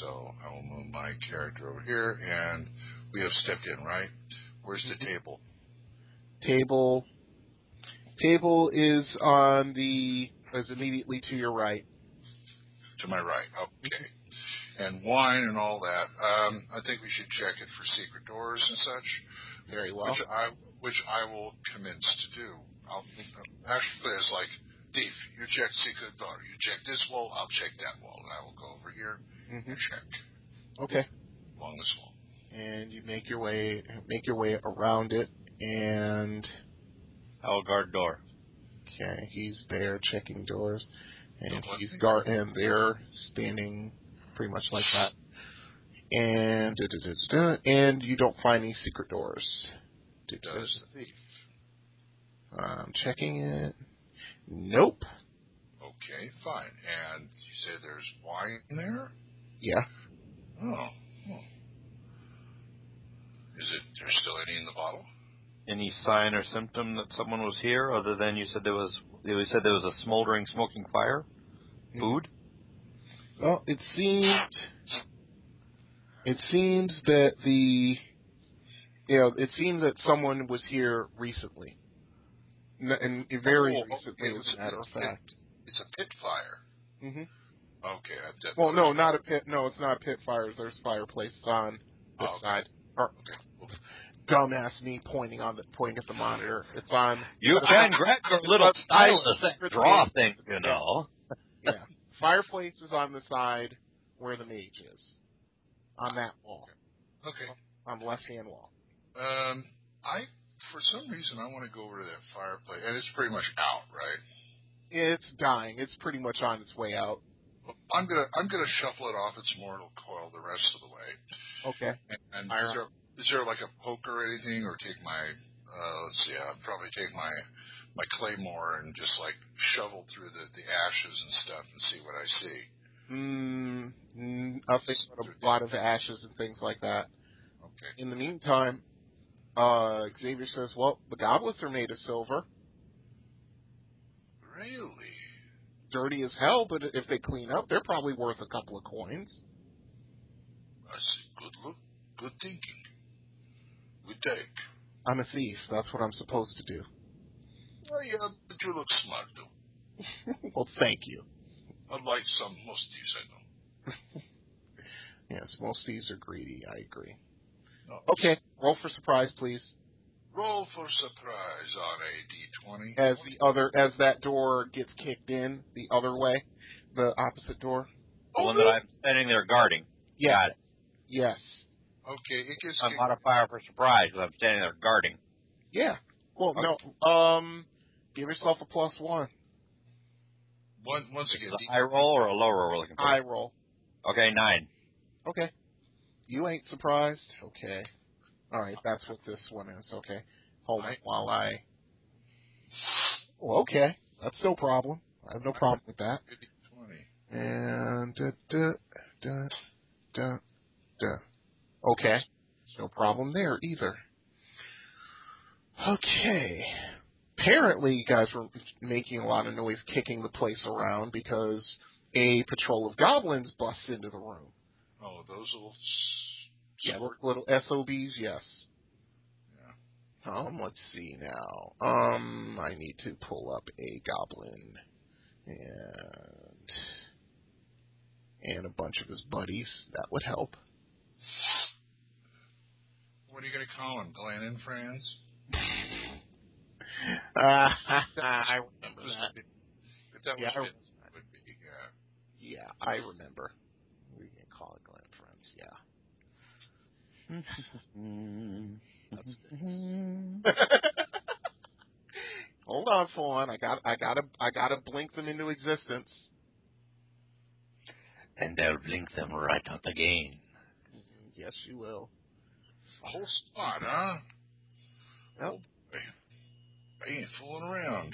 [SPEAKER 6] So I will move my character over here, and we have stepped in, right? Where's the
[SPEAKER 5] Mm-hmm.
[SPEAKER 6] table?
[SPEAKER 5] Table. Table is on the is immediately to your right.
[SPEAKER 6] to my right. Okay. And wine and all that. Um, I think we should check it for secret doors and such.
[SPEAKER 5] Very well.
[SPEAKER 6] Which I, which I will commence to do. I'll, actually, it's like, thief, you check secret door. You check this wall, I'll check that wall. And I will go over here
[SPEAKER 5] hmm
[SPEAKER 6] and check
[SPEAKER 5] Okay.
[SPEAKER 6] along this wall.
[SPEAKER 5] And you make your way make your way around it, and
[SPEAKER 7] I'll guard door.
[SPEAKER 5] okay, he's there checking doors, and
[SPEAKER 6] Don't let
[SPEAKER 5] he's
[SPEAKER 6] me-
[SPEAKER 5] guard and they're standing pretty much like that. And da, da, da, da, da, and you don't find any secret doors. Da, da, da,
[SPEAKER 6] Does the thief.
[SPEAKER 5] da. I'm Um, checking it. Nope.
[SPEAKER 6] Okay, fine. And you say there's wine in there?
[SPEAKER 5] Yeah.
[SPEAKER 6] Oh. Hmm. Is it, there's still any in the bottle?
[SPEAKER 7] Any sign or symptom that someone was here, other than you said there was? You said there was a smoldering, smoking fire.
[SPEAKER 5] Hmm.
[SPEAKER 7] Food.
[SPEAKER 5] Well, it seemed it seems that the you know it seems that someone was here recently, N- and very
[SPEAKER 6] Oh,
[SPEAKER 5] recently,
[SPEAKER 6] it was-
[SPEAKER 5] as a matter of fact.
[SPEAKER 6] It's a pit fire.
[SPEAKER 5] hmm
[SPEAKER 6] Okay. I did-
[SPEAKER 5] Well, no, not a pit. No, it's not a pit fire. There's fireplace on the
[SPEAKER 6] Oh, okay.
[SPEAKER 5] side. Or, dumbass me pointing on the pointing at the monitor. It's on
[SPEAKER 7] You can grab your little stylus and draw things, you know.
[SPEAKER 5] yeah. Fireplace is on the side where the mage is on that wall
[SPEAKER 6] Okay.
[SPEAKER 5] on the left hand wall.
[SPEAKER 6] Um, I for some reason I want to go over to that fireplace, and it's pretty much out, right?
[SPEAKER 5] It's dying. It's pretty much on its way out.
[SPEAKER 6] I'm gonna I'm gonna shuffle it off its mortal coil the rest of the way.
[SPEAKER 5] Okay.
[SPEAKER 6] And
[SPEAKER 5] All
[SPEAKER 6] is
[SPEAKER 5] right.
[SPEAKER 6] there, is there like a poker or anything, or take my uh, let's see, I'd probably take my my claymore and just like shovel through the the ashes and stuff and see what I see.
[SPEAKER 5] Mm, mm, I think a lot of ashes and things like that.
[SPEAKER 6] Okay.
[SPEAKER 5] In the meantime, uh, Xavier says, "Well, the goblets are made of silver,
[SPEAKER 6] Really?
[SPEAKER 5] dirty as hell, but if they clean up, they're probably worth a couple of coins."
[SPEAKER 6] That's good look, good thinking. We take.
[SPEAKER 5] I'm a thief. That's what I'm supposed to do.
[SPEAKER 6] Well, yeah, but you look smart though.
[SPEAKER 5] well, thank you.
[SPEAKER 6] Unlike some most of these I know.
[SPEAKER 5] Yes, most thieves are greedy. I agree.
[SPEAKER 6] No.
[SPEAKER 5] Okay, roll for surprise, please.
[SPEAKER 6] Roll for surprise on a d20.
[SPEAKER 5] As the other, as that door gets kicked in the other way, the opposite door.
[SPEAKER 7] The one that I'm standing there guarding.
[SPEAKER 5] Yeah.
[SPEAKER 7] Got it.
[SPEAKER 5] Yes.
[SPEAKER 6] Okay, it gets
[SPEAKER 7] A
[SPEAKER 6] kicked.
[SPEAKER 7] modifier for surprise 'cause I'm standing there guarding.
[SPEAKER 5] Yeah. Well, no. Um, give yourself a plus one.
[SPEAKER 6] One, once
[SPEAKER 7] Is
[SPEAKER 6] again,
[SPEAKER 7] it
[SPEAKER 6] D-
[SPEAKER 7] a high roll or a low roll we're looking for?
[SPEAKER 5] Eye roll.
[SPEAKER 7] Okay, nine.
[SPEAKER 5] Okay. You ain't surprised. Okay. All right, that's what this one is. Okay. Hold on
[SPEAKER 6] Right.
[SPEAKER 5] while I. Well, okay. That's no problem. I have no problem with that.
[SPEAKER 6] d20.
[SPEAKER 5] And da da da da da. Okay. No problem there either. Okay. Apparently, you guys were making a lot of noise kicking the place around because a patrol of goblins busts into the room.
[SPEAKER 6] Oh, those little.
[SPEAKER 5] Yeah, look, little SOBs, yes. Um, let's see now. Um, I need to pull up a goblin and and a bunch of his buddies. That would help.
[SPEAKER 6] What are you going to call them? Glenn and friends?
[SPEAKER 5] Ah, I remember that.
[SPEAKER 6] If that was
[SPEAKER 5] Yeah, I
[SPEAKER 6] fit,
[SPEAKER 5] remember
[SPEAKER 6] it would be. uh, Yeah.
[SPEAKER 5] Yeah, I remember. We can call it Glen Friends. Yeah. Hold on, Fawn. I got, I gotta, I gotta blink them into existence.
[SPEAKER 7] And they'll blink them right out again.
[SPEAKER 5] Yes, you will.
[SPEAKER 6] The whole spot, huh?
[SPEAKER 5] Yep.
[SPEAKER 6] I ain't fooling around.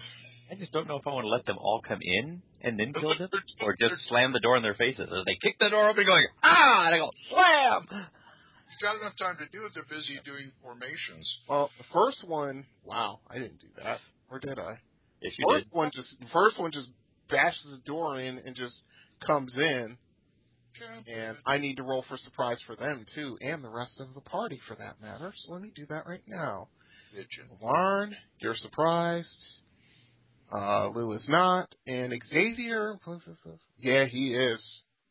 [SPEAKER 7] I just don't know if I want to let them all come in and then kill them,
[SPEAKER 6] They're-
[SPEAKER 7] or
[SPEAKER 6] they're-
[SPEAKER 7] just slam the door in their faces. As they kick the door open, going ah, and I go slam.
[SPEAKER 6] They've got enough time to do it. They're busy doing formations.
[SPEAKER 5] Well, the first one. Wow, I didn't do that, or did I?
[SPEAKER 7] If you
[SPEAKER 5] First
[SPEAKER 7] did,
[SPEAKER 5] one just, first one just bashes the door in and just comes in,
[SPEAKER 6] Yeah,
[SPEAKER 5] and I need to roll for surprise for them too, and the rest of the party for that matter. So let me do that right now.
[SPEAKER 6] pigeon.
[SPEAKER 5] Larn, you're surprised. Uh, Lou is not, and Xavier. Yeah, he is.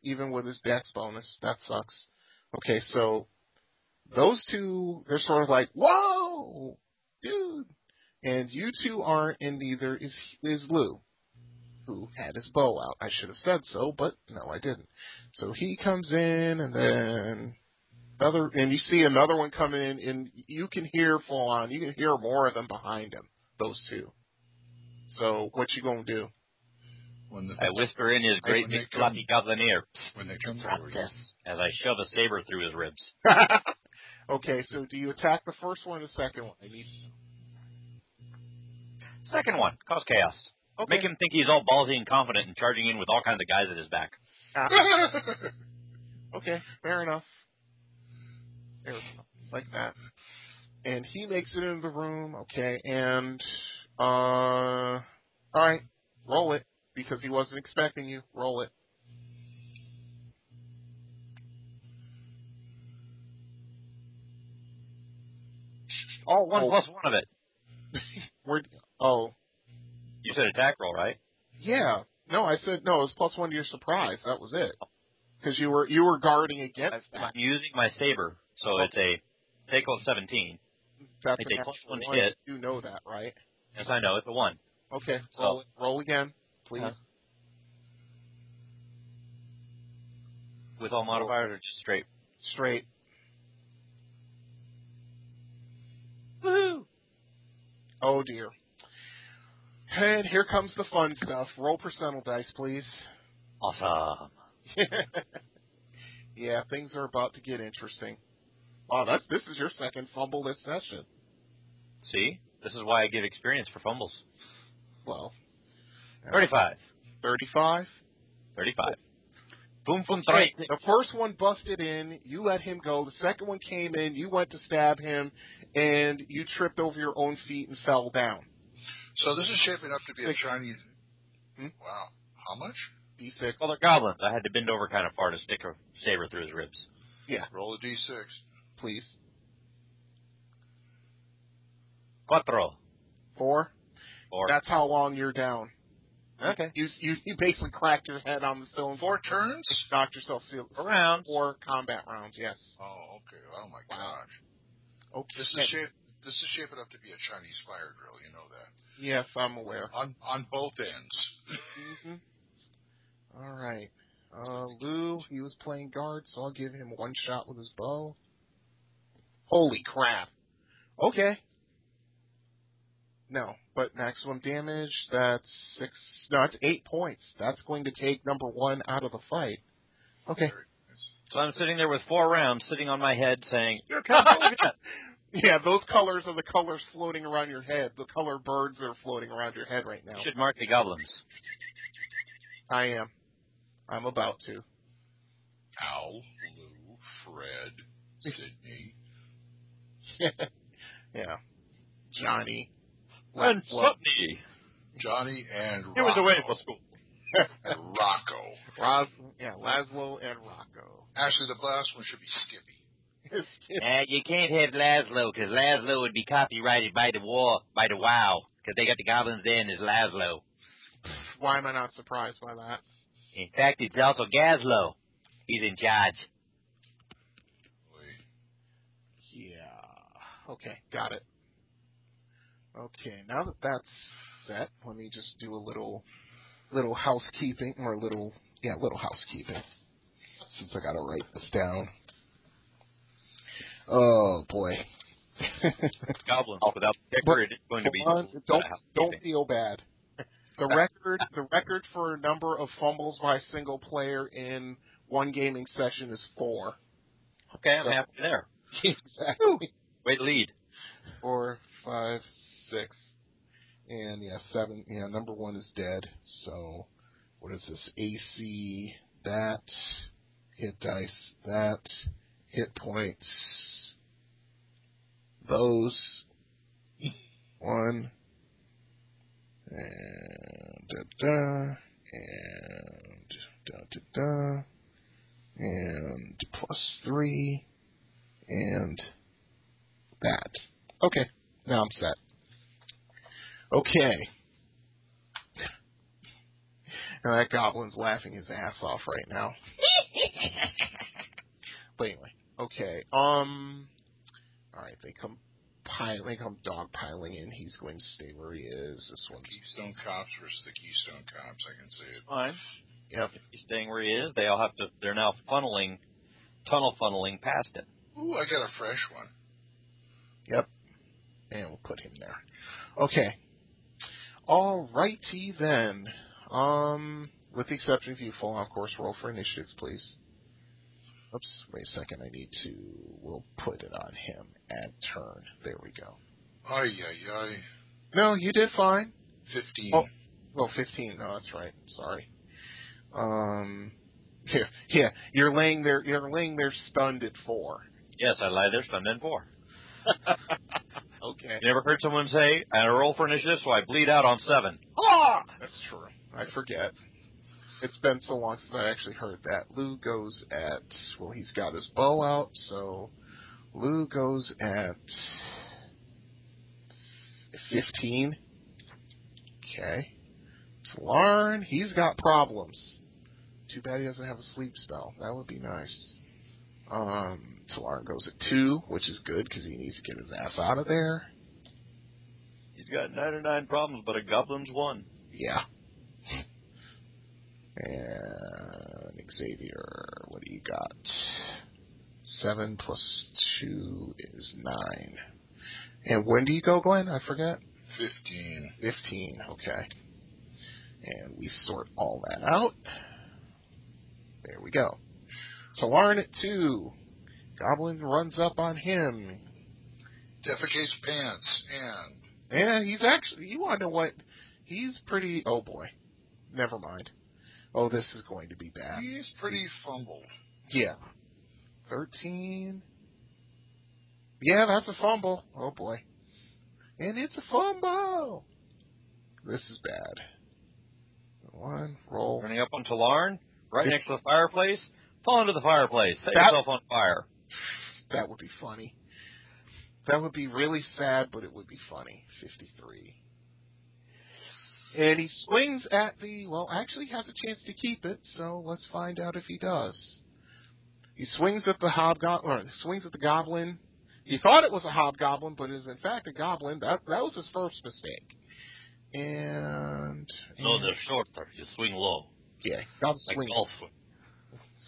[SPEAKER 5] Even with his dex bonus, that sucks. Okay, so those two, they're sort of like, whoa, dude, and you two aren't, and neither is is Lou, who had his bow out. I should have said so, but no, I didn't. So he comes in, and then another, and you see another one coming in, and you can hear full on, you can hear more of them behind him. Those two. So what you gonna do?
[SPEAKER 6] When, the,
[SPEAKER 7] I whisper in his great big floppy goblin ear
[SPEAKER 6] when they come for you.
[SPEAKER 7] as I shove a saber through his ribs.
[SPEAKER 5] okay, so do you attack the first one or the second one? I need.
[SPEAKER 7] Second one, cause chaos.
[SPEAKER 5] Okay.
[SPEAKER 7] Make him think he's all ballsy and confident and charging in with all kinds of guys at his back.
[SPEAKER 5] okay, fair enough. Fair enough. Like that. And he makes it into the room, okay, and uh alright, roll it. Because he wasn't expecting you. Roll it.
[SPEAKER 7] Oh, one
[SPEAKER 5] Oh.
[SPEAKER 7] plus one of it.
[SPEAKER 5] Where oh.
[SPEAKER 7] You said attack roll, right?
[SPEAKER 5] Yeah. No, I said no, it was plus one to your surprise. That was it. Because you were you were guarding against
[SPEAKER 7] I'm
[SPEAKER 5] that.
[SPEAKER 7] using my saber, so
[SPEAKER 5] Oh.
[SPEAKER 7] it's a take on 17.
[SPEAKER 5] That's
[SPEAKER 7] It's
[SPEAKER 5] an
[SPEAKER 7] a
[SPEAKER 5] extra
[SPEAKER 7] plus one
[SPEAKER 5] one.
[SPEAKER 7] hit.
[SPEAKER 5] You know that, right?
[SPEAKER 7] Yes, I know, it's a one.
[SPEAKER 5] Okay.
[SPEAKER 7] So-
[SPEAKER 5] Roll it. roll again, please.
[SPEAKER 7] Uh-huh. With
[SPEAKER 6] Oh.
[SPEAKER 7] all modifiers or just straight?
[SPEAKER 5] Straight.
[SPEAKER 7] Woohoo!
[SPEAKER 5] Oh dear. And here comes the fun stuff. Roll percentile dice, please.
[SPEAKER 7] Awesome.
[SPEAKER 5] yeah, things are about to get interesting. Wow, that's this is your second fumble this session.
[SPEAKER 7] See? This is why I give experience for fumbles.
[SPEAKER 5] Well,
[SPEAKER 7] 35.
[SPEAKER 5] thirty-five.
[SPEAKER 7] 35. Boom, boom,
[SPEAKER 5] Hey,
[SPEAKER 7] three.
[SPEAKER 5] the first one busted in. You let him go. The second one came in. You went to stab him, and you tripped over your own feet and fell down.
[SPEAKER 6] So this is shaping up to be a
[SPEAKER 5] Six.
[SPEAKER 6] Chinese.
[SPEAKER 5] Hmm?
[SPEAKER 6] Wow. How much?
[SPEAKER 5] D6.
[SPEAKER 7] Well, they're goblins. I had to bend over kind of far to stick a saber through his ribs.
[SPEAKER 5] Yeah,
[SPEAKER 6] Roll a d6.
[SPEAKER 5] please.
[SPEAKER 7] Cuatro.
[SPEAKER 5] Four.
[SPEAKER 7] Or
[SPEAKER 5] That's how long you're down.
[SPEAKER 7] Okay.
[SPEAKER 5] You you, you basically cracked your head on the stone floor,
[SPEAKER 6] Four turns?
[SPEAKER 5] knocked yourself sealed.
[SPEAKER 7] around.
[SPEAKER 5] Four combat rounds, yes.
[SPEAKER 6] Oh, okay. Oh my
[SPEAKER 5] Wow.
[SPEAKER 6] gosh.
[SPEAKER 5] Okay.
[SPEAKER 6] This is shape. This is shaping up to be a Chinese fire drill. You know that.
[SPEAKER 5] Yes, I'm aware.
[SPEAKER 6] On on both ends.
[SPEAKER 5] Mhm. All right. Uh, Lou, he was playing guard, so I'll give him one shot with his bow. Holy crap. Okay. No, but maximum damage, that's six, no, that's eight points. That's going to take number one out of the fight. Okay.
[SPEAKER 7] So I'm sitting there with four rounds sitting on my head saying, You're coming
[SPEAKER 5] Yeah, those colors are the colors floating around your head. The color birds that are floating around your head right now.
[SPEAKER 7] You should mark the goblins.
[SPEAKER 5] I am. I'm about to.
[SPEAKER 6] Al, Lou, Fred, Sydney.
[SPEAKER 5] yeah. Johnny.
[SPEAKER 7] And
[SPEAKER 5] Well,
[SPEAKER 7] Slutney.
[SPEAKER 6] Johnny and Rocco.
[SPEAKER 7] He was away for school.
[SPEAKER 6] Rocco.
[SPEAKER 5] Ros- yeah, Laszlo and Rocco.
[SPEAKER 6] Actually, the last one should be Skippy.
[SPEAKER 7] Uh, you can't have Laszlo because Laszlo would be copyrighted by the war, by the WoW, because they got the goblins there and it's Laszlo.
[SPEAKER 5] Why am I not surprised by that?
[SPEAKER 7] In fact, it's also Gazlo. He's in charge.
[SPEAKER 5] Yeah. Okay, got it. Okay, now that that's set, let me just do a little, little housekeeping or a little, yeah, little housekeeping. Since I gotta write this down. Oh boy.
[SPEAKER 7] Goblins without
[SPEAKER 5] But-
[SPEAKER 7] it's going to be.
[SPEAKER 5] Hold on, don't don't feel bad. The record the record for number of fumbles by a single player in one gaming session is four.
[SPEAKER 7] Okay, I'm halfway there.
[SPEAKER 5] exactly.
[SPEAKER 7] Way to lead.
[SPEAKER 5] Four, five, six, and yeah, seven. Yeah, number one is dead. So, what is this? AC that hit dice that hit points. Those one and da da and da da da and plus three and that. Okay, now I'm set. Okay. Now that goblin's laughing his ass off right now. but anyway, okay. Um, all right. They come pile. They come dog piling in. He's going to stay where he is. This one's
[SPEAKER 6] Keystone Cops versus the Keystone Cops. I can say it.
[SPEAKER 7] Fine.
[SPEAKER 5] Yep.
[SPEAKER 7] If he's staying where he is, they all have to. They're now funneling, tunnel funneling past him.
[SPEAKER 6] Ooh, I got a fresh one.
[SPEAKER 5] and we'll put him there. Okay. All righty then. Um, with the exception of you, full on course roll for initiatives, please. Oops, wait a second. I need to. We'll put it on him. Add turn. There we go.
[SPEAKER 6] Ay, ay, ay.
[SPEAKER 5] No, you did fine.
[SPEAKER 6] 15.
[SPEAKER 5] Oh. Well, 15. No, that's right. Sorry. Um, yeah, yeah. You're laying there. You're laying there stunned at four.
[SPEAKER 7] Yes, I lie there stunned and poor.
[SPEAKER 5] Okay.
[SPEAKER 7] You never heard someone say, "I roll for initiative, so I bleed out on seven.
[SPEAKER 5] That's true. I forget. It's been so long since I actually heard that. Lou goes at well, he's got his bow out, so Lou goes at fifteen. Okay. So Larn, he's got problems. Too bad he doesn't have a sleep spell. That would be nice. Um, Talarn goes at two, which is good because he needs to get his ass out of there.
[SPEAKER 7] He's got 99 problems, but a goblin's one.
[SPEAKER 5] Yeah. And Xavier, what do you got? Seven plus two is nine. And when do you go, Glenn? I forget.
[SPEAKER 6] 15.
[SPEAKER 5] Fifteen. Okay. And we sort all that out. There we go. Talarn at two. Goblin runs up on him.
[SPEAKER 6] Defecates pants and
[SPEAKER 5] Yeah, he's actually. You want to know what? He's pretty. Oh boy. Never mind. Oh, this is going to be bad.
[SPEAKER 6] he's pretty fumbled.
[SPEAKER 5] Yeah. 13. Yeah, that's a fumble. Oh, boy. And it's a fumble. This is bad. One, roll.
[SPEAKER 7] Running up on Talarn, right next to the fireplace. Fall into the fireplace. Set
[SPEAKER 5] That-
[SPEAKER 7] yourself on fire.
[SPEAKER 5] That would be funny. That would be really sad, but it would be funny. 53. And he swings at the. Well, actually has a chance to keep it, so let's find out if he does. He swings at the hobgoblin. Or swings at the goblin. He thought it was a hobgoblin, but it is in fact a goblin. That that was his first mistake. And.
[SPEAKER 7] No,
[SPEAKER 5] and-
[SPEAKER 7] they're shorter. You swing low.
[SPEAKER 5] yeah, goblin Mm.
[SPEAKER 7] Like
[SPEAKER 5] swing.
[SPEAKER 7] golf.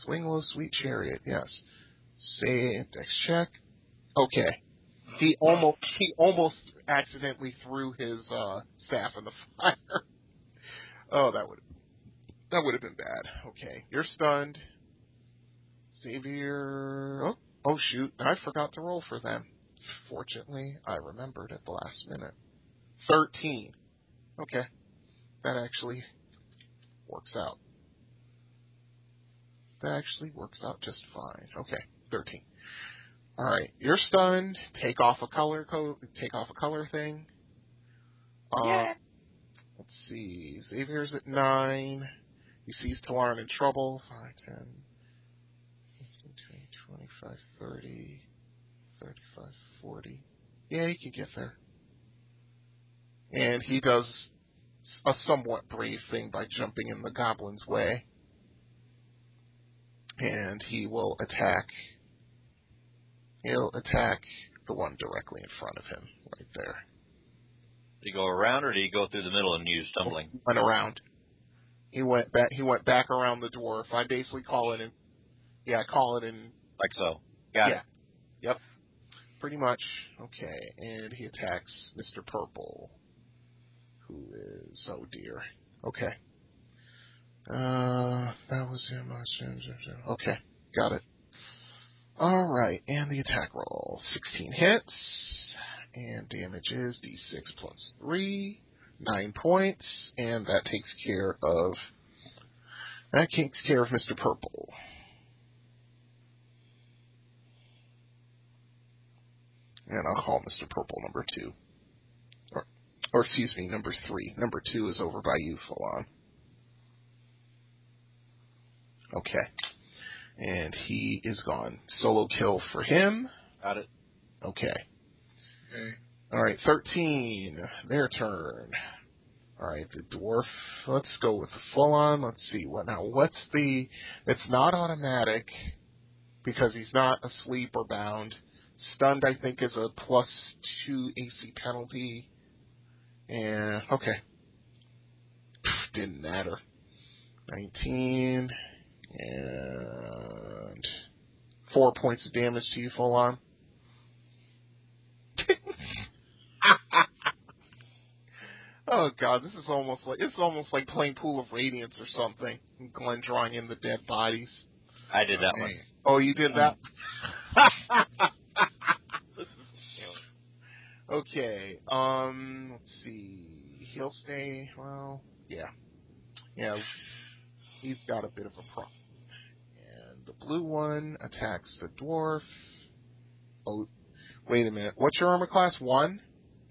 [SPEAKER 5] Swing low, sweet chariot. Yes. Save dex check. Okay. He almost he almost accidentally threw his uh, staff in the fire. oh, that would that would have been bad. Okay, you're stunned. Xavier. Oh, oh shoot! I forgot to roll for them. Fortunately, I remembered at the last minute. Thirteen. Okay, that actually works out. That actually works out just fine. Okay, thirteen. All right, you're stunned. Take off a color code. Take off a color thing. Uh, Let's see. Xavier's at nine. He sees Talarn in trouble. 5, 10, 15, 20, 25, 30, 35, 40. Yeah, he can get there. And he does a somewhat brave thing by jumping in the goblin's way. And he will attack he'll attack the one directly in front of him, right there.
[SPEAKER 7] Do you go around or do you go through the middle and use stumbling?
[SPEAKER 5] Went around. He went back. He went back around the dwarf. I basically call it in. Yeah, I call it in
[SPEAKER 7] Like so. Got
[SPEAKER 5] Yeah.
[SPEAKER 7] it.
[SPEAKER 5] pretty much. Okay, and he attacks Mr. Purple, who is oh dear. Okay. Uh, that was him. Okay, got it. All right, and the attack roll: sixteen hits, and damage is d6 plus three, nine points, and that takes care of that takes care of Mr. Purple. and I'll call Mr. Purple number two. Or, or excuse me, number three. Number two is over by you, Falon. Okay. And he is gone. Solo kill for him.
[SPEAKER 7] Got it.
[SPEAKER 5] Okay.
[SPEAKER 6] Okay.
[SPEAKER 5] All right, 13. Their turn. All right, the dwarf. Let's go with the full on. Let's see what now. What's the? It's not automatic because he's not asleep or bound. Stunned, I think, is a plus two AC penalty. And okay, didn't matter. Nineteen and four points of damage to you, full on. Oh god, this is almost like it's almost like playing Pool of Radiance or something. Glenn drawing in the dead bodies.
[SPEAKER 7] I did that one.
[SPEAKER 5] Oh, you did that.
[SPEAKER 7] Mm-hmm.
[SPEAKER 5] This is killing. okay. Um. Let's see. He'll stay. Well. Yeah. Yeah. He's got a bit of a problem. And the blue one attacks the dwarf. Oh, wait a minute. What's your armor class? One.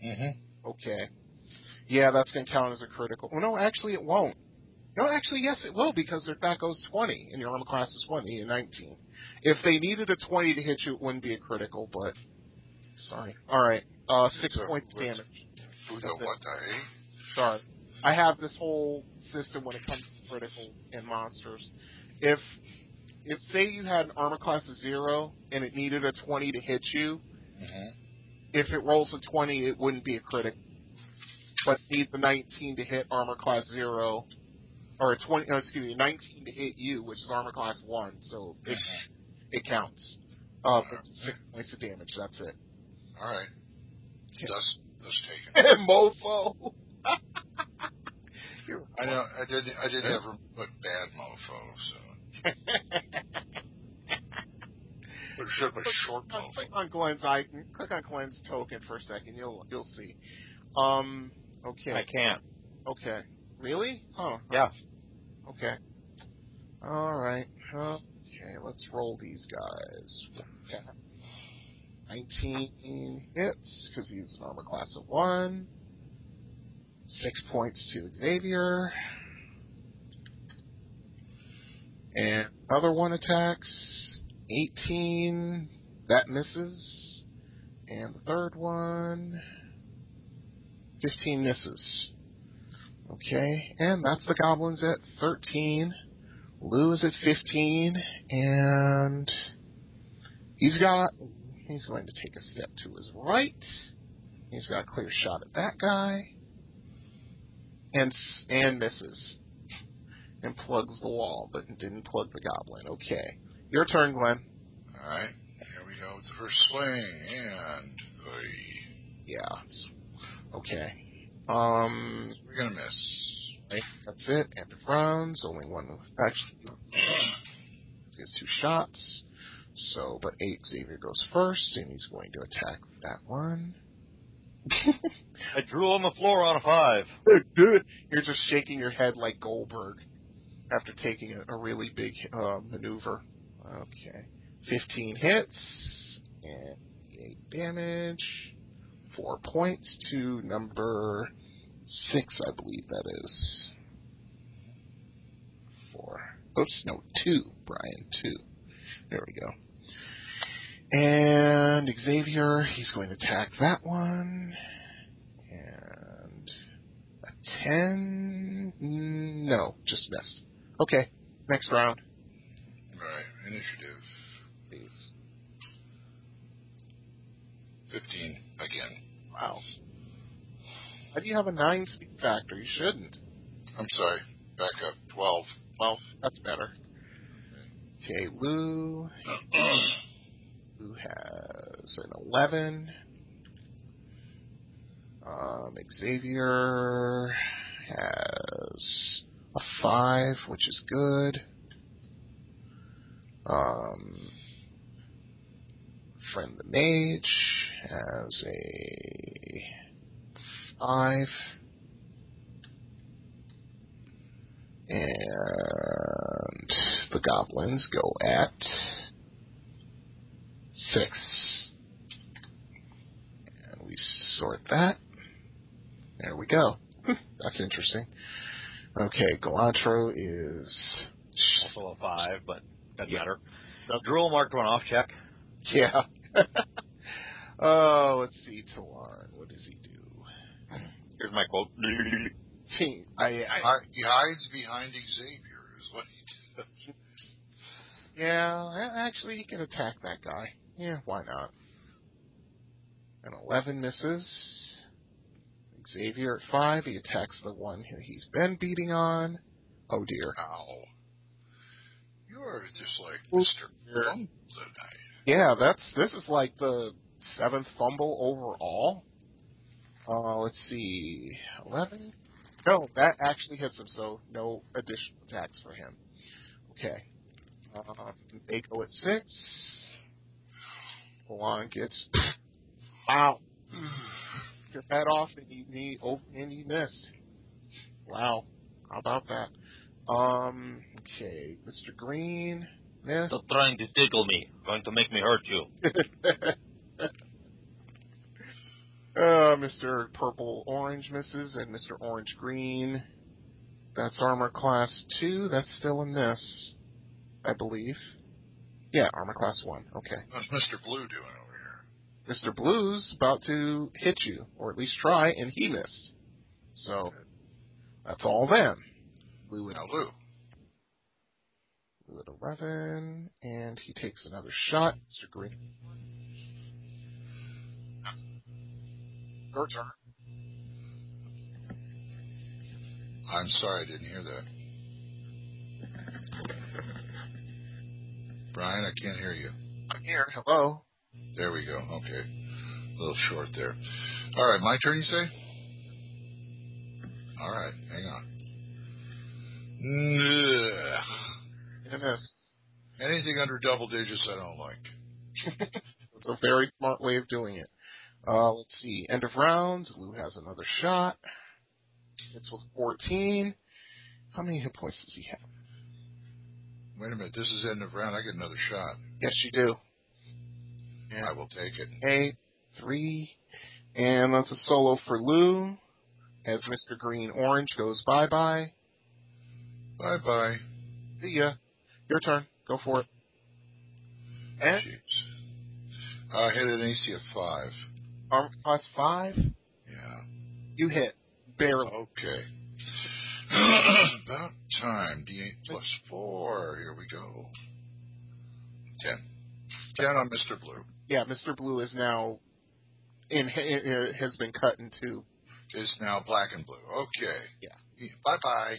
[SPEAKER 7] Mm-hmm.
[SPEAKER 5] Okay. Yeah, that's going to count as a critical. Well, no, actually, it won't. No, actually, yes, it will because their back goes 20 and your armor class is 20 and 19. If they needed a 20 to hit you, it wouldn't be a critical, but sorry. All right, uh, six
[SPEAKER 6] So,
[SPEAKER 5] points of
[SPEAKER 6] let's-
[SPEAKER 5] damage.
[SPEAKER 6] Who the
[SPEAKER 5] That's it.
[SPEAKER 6] what the hey?
[SPEAKER 5] Sorry. I have this whole system when it comes to criticals and monsters. If if say you had an armor class of zero and it needed a 20 to hit you, if it rolls a 20, it wouldn't be a critic. But needs a 19 to hit armor class zero, or a 20, no, excuse me, 19 to hit you, which is armor class one, so it, it counts. Uh, for six points of damage, that's it.
[SPEAKER 6] All right. Thus, thus taken.
[SPEAKER 5] Mofo! You're
[SPEAKER 6] I know. I did. I did have her put bad mofo. So it should have been short
[SPEAKER 5] on,
[SPEAKER 6] mofo.
[SPEAKER 5] click on Glenn's icon. Click on Glenn's token for a second. You'll you'll see. Um.
[SPEAKER 7] I
[SPEAKER 5] Okay.
[SPEAKER 7] can't.
[SPEAKER 5] Okay. Really? Huh.
[SPEAKER 7] Yeah.
[SPEAKER 5] Okay. All right. Okay. Let's roll these guys. Okay. Nineteen hits because he's an armor class of one. Six points to Xavier. And other one attacks. 18. That misses. And the third one. 15 misses. Okay, and that's the goblins at 13. Lou is at 15. And he's got. He's going to take a step to his right. He's got a clear shot at that guy. And, s- and misses. And plugs the wall, but didn't plug the goblin. Okay. Your turn, Glenn.
[SPEAKER 6] All right. Here we go with the first sling and oy,
[SPEAKER 5] Yeah. Okay. Um,
[SPEAKER 6] we're gonna miss.
[SPEAKER 5] that's it. End of rounds. Only one. Actually, no. gets two shots. So, but eight Xavier goes first, and he's going to attack that one.
[SPEAKER 7] I drew on the floor on a five.
[SPEAKER 5] You're just shaking your head like Goldberg after taking a, a really big uh, maneuver. Okay. 15 hits and 8 damage. 4 points to number 6, I believe that is. 4. Oops, no, 2, Brian, 2. There we go. And Xavier, he's going to attack that one. And a 10? No, just missed. Okay, next round.
[SPEAKER 6] All right. Initiative. Fifteen again.
[SPEAKER 5] Wow. How do you have a 9 speed factor? You shouldn't.
[SPEAKER 6] I'm sorry. Back up. Twelve.
[SPEAKER 5] Well, that's better. Okay, Lou. Lou has an 11. Um, Xavier has a 5, which is good. Um, Friend the Mage has a 5. And the goblins go at six. And we sort that. There we go. That's interesting. Okay, Galantro is
[SPEAKER 7] Also a five, but doesn't
[SPEAKER 5] Yeah.
[SPEAKER 7] matter. Drool marked one off. Check.
[SPEAKER 5] yeah. Uh, oh, let's see, Talon. What does he do?
[SPEAKER 7] Here's my quote.
[SPEAKER 9] team.
[SPEAKER 6] I, I, he hides behind Xavier, is what he does.
[SPEAKER 5] Yeah, a- actually, he can attack that guy. Yeah, why not? An 11 misses. Xavier at 5. He attacks the one who he's been beating on. Oh dear.
[SPEAKER 6] Ow. You are just like
[SPEAKER 5] Well,
[SPEAKER 6] Mr. Bumble tonight.
[SPEAKER 5] Yeah, that's this is like the seventh fumble overall. Uh, let's see, eleven. No, that actually hits him, so no additional attacks for him. Okay. Um, they go at six. Milan gets wow. Your head off and you knee open and you missed. Wow. How about that? Um. Okay, Mr. Green missed.
[SPEAKER 7] Stop trying to tickle me. Going to make me hurt you.
[SPEAKER 5] Uh, Mr. Purple Orange misses and Mr. Orange Green. That's armor class 2. That's still a miss, I believe. Yeah, armor class 1. Okay.
[SPEAKER 6] What's Mr. Blue doing over here?
[SPEAKER 5] Mr. Blue's about to hit you, or at least try, and he missed. So, that's all them. Blue at
[SPEAKER 6] Now, Lou,
[SPEAKER 5] Blue at 11, and he takes another shot. Mr. Green. Your turn.
[SPEAKER 6] I'm sorry I didn't hear that. Brian, I can't hear you.
[SPEAKER 5] I'm here. Hello.
[SPEAKER 6] There we go. Okay. A little short there. All right, my turn, you say? All right, hang on. Ugh.
[SPEAKER 5] And a miss.
[SPEAKER 6] Anything under double digits, I don't like.
[SPEAKER 5] It's a very smart way of doing it. Uh, let's see. End of round. Lou has another shot. It's with 14. How many hit points does he have?
[SPEAKER 6] Wait a minute, this is end of round. I get another shot.
[SPEAKER 5] Yes, you do.
[SPEAKER 6] I will take it.
[SPEAKER 5] Eight, three, and that's a solo for Lou. As Mr. Green Orange goes bye bye.
[SPEAKER 6] Bye bye.
[SPEAKER 5] See ya. Your turn. Go for it. And
[SPEAKER 6] Jeez. I hit an AC of five.
[SPEAKER 5] armor class five.
[SPEAKER 6] Yeah.
[SPEAKER 5] You hit barely.
[SPEAKER 6] Okay. Oh. About time. D8 plus four. Here we go. Ten. Ten on Mr. Blue.
[SPEAKER 5] Yeah, Mr. Blue is now in has been cut in two
[SPEAKER 6] is now black and blue. Okay. E,
[SPEAKER 5] Yeah.
[SPEAKER 6] Bye bye.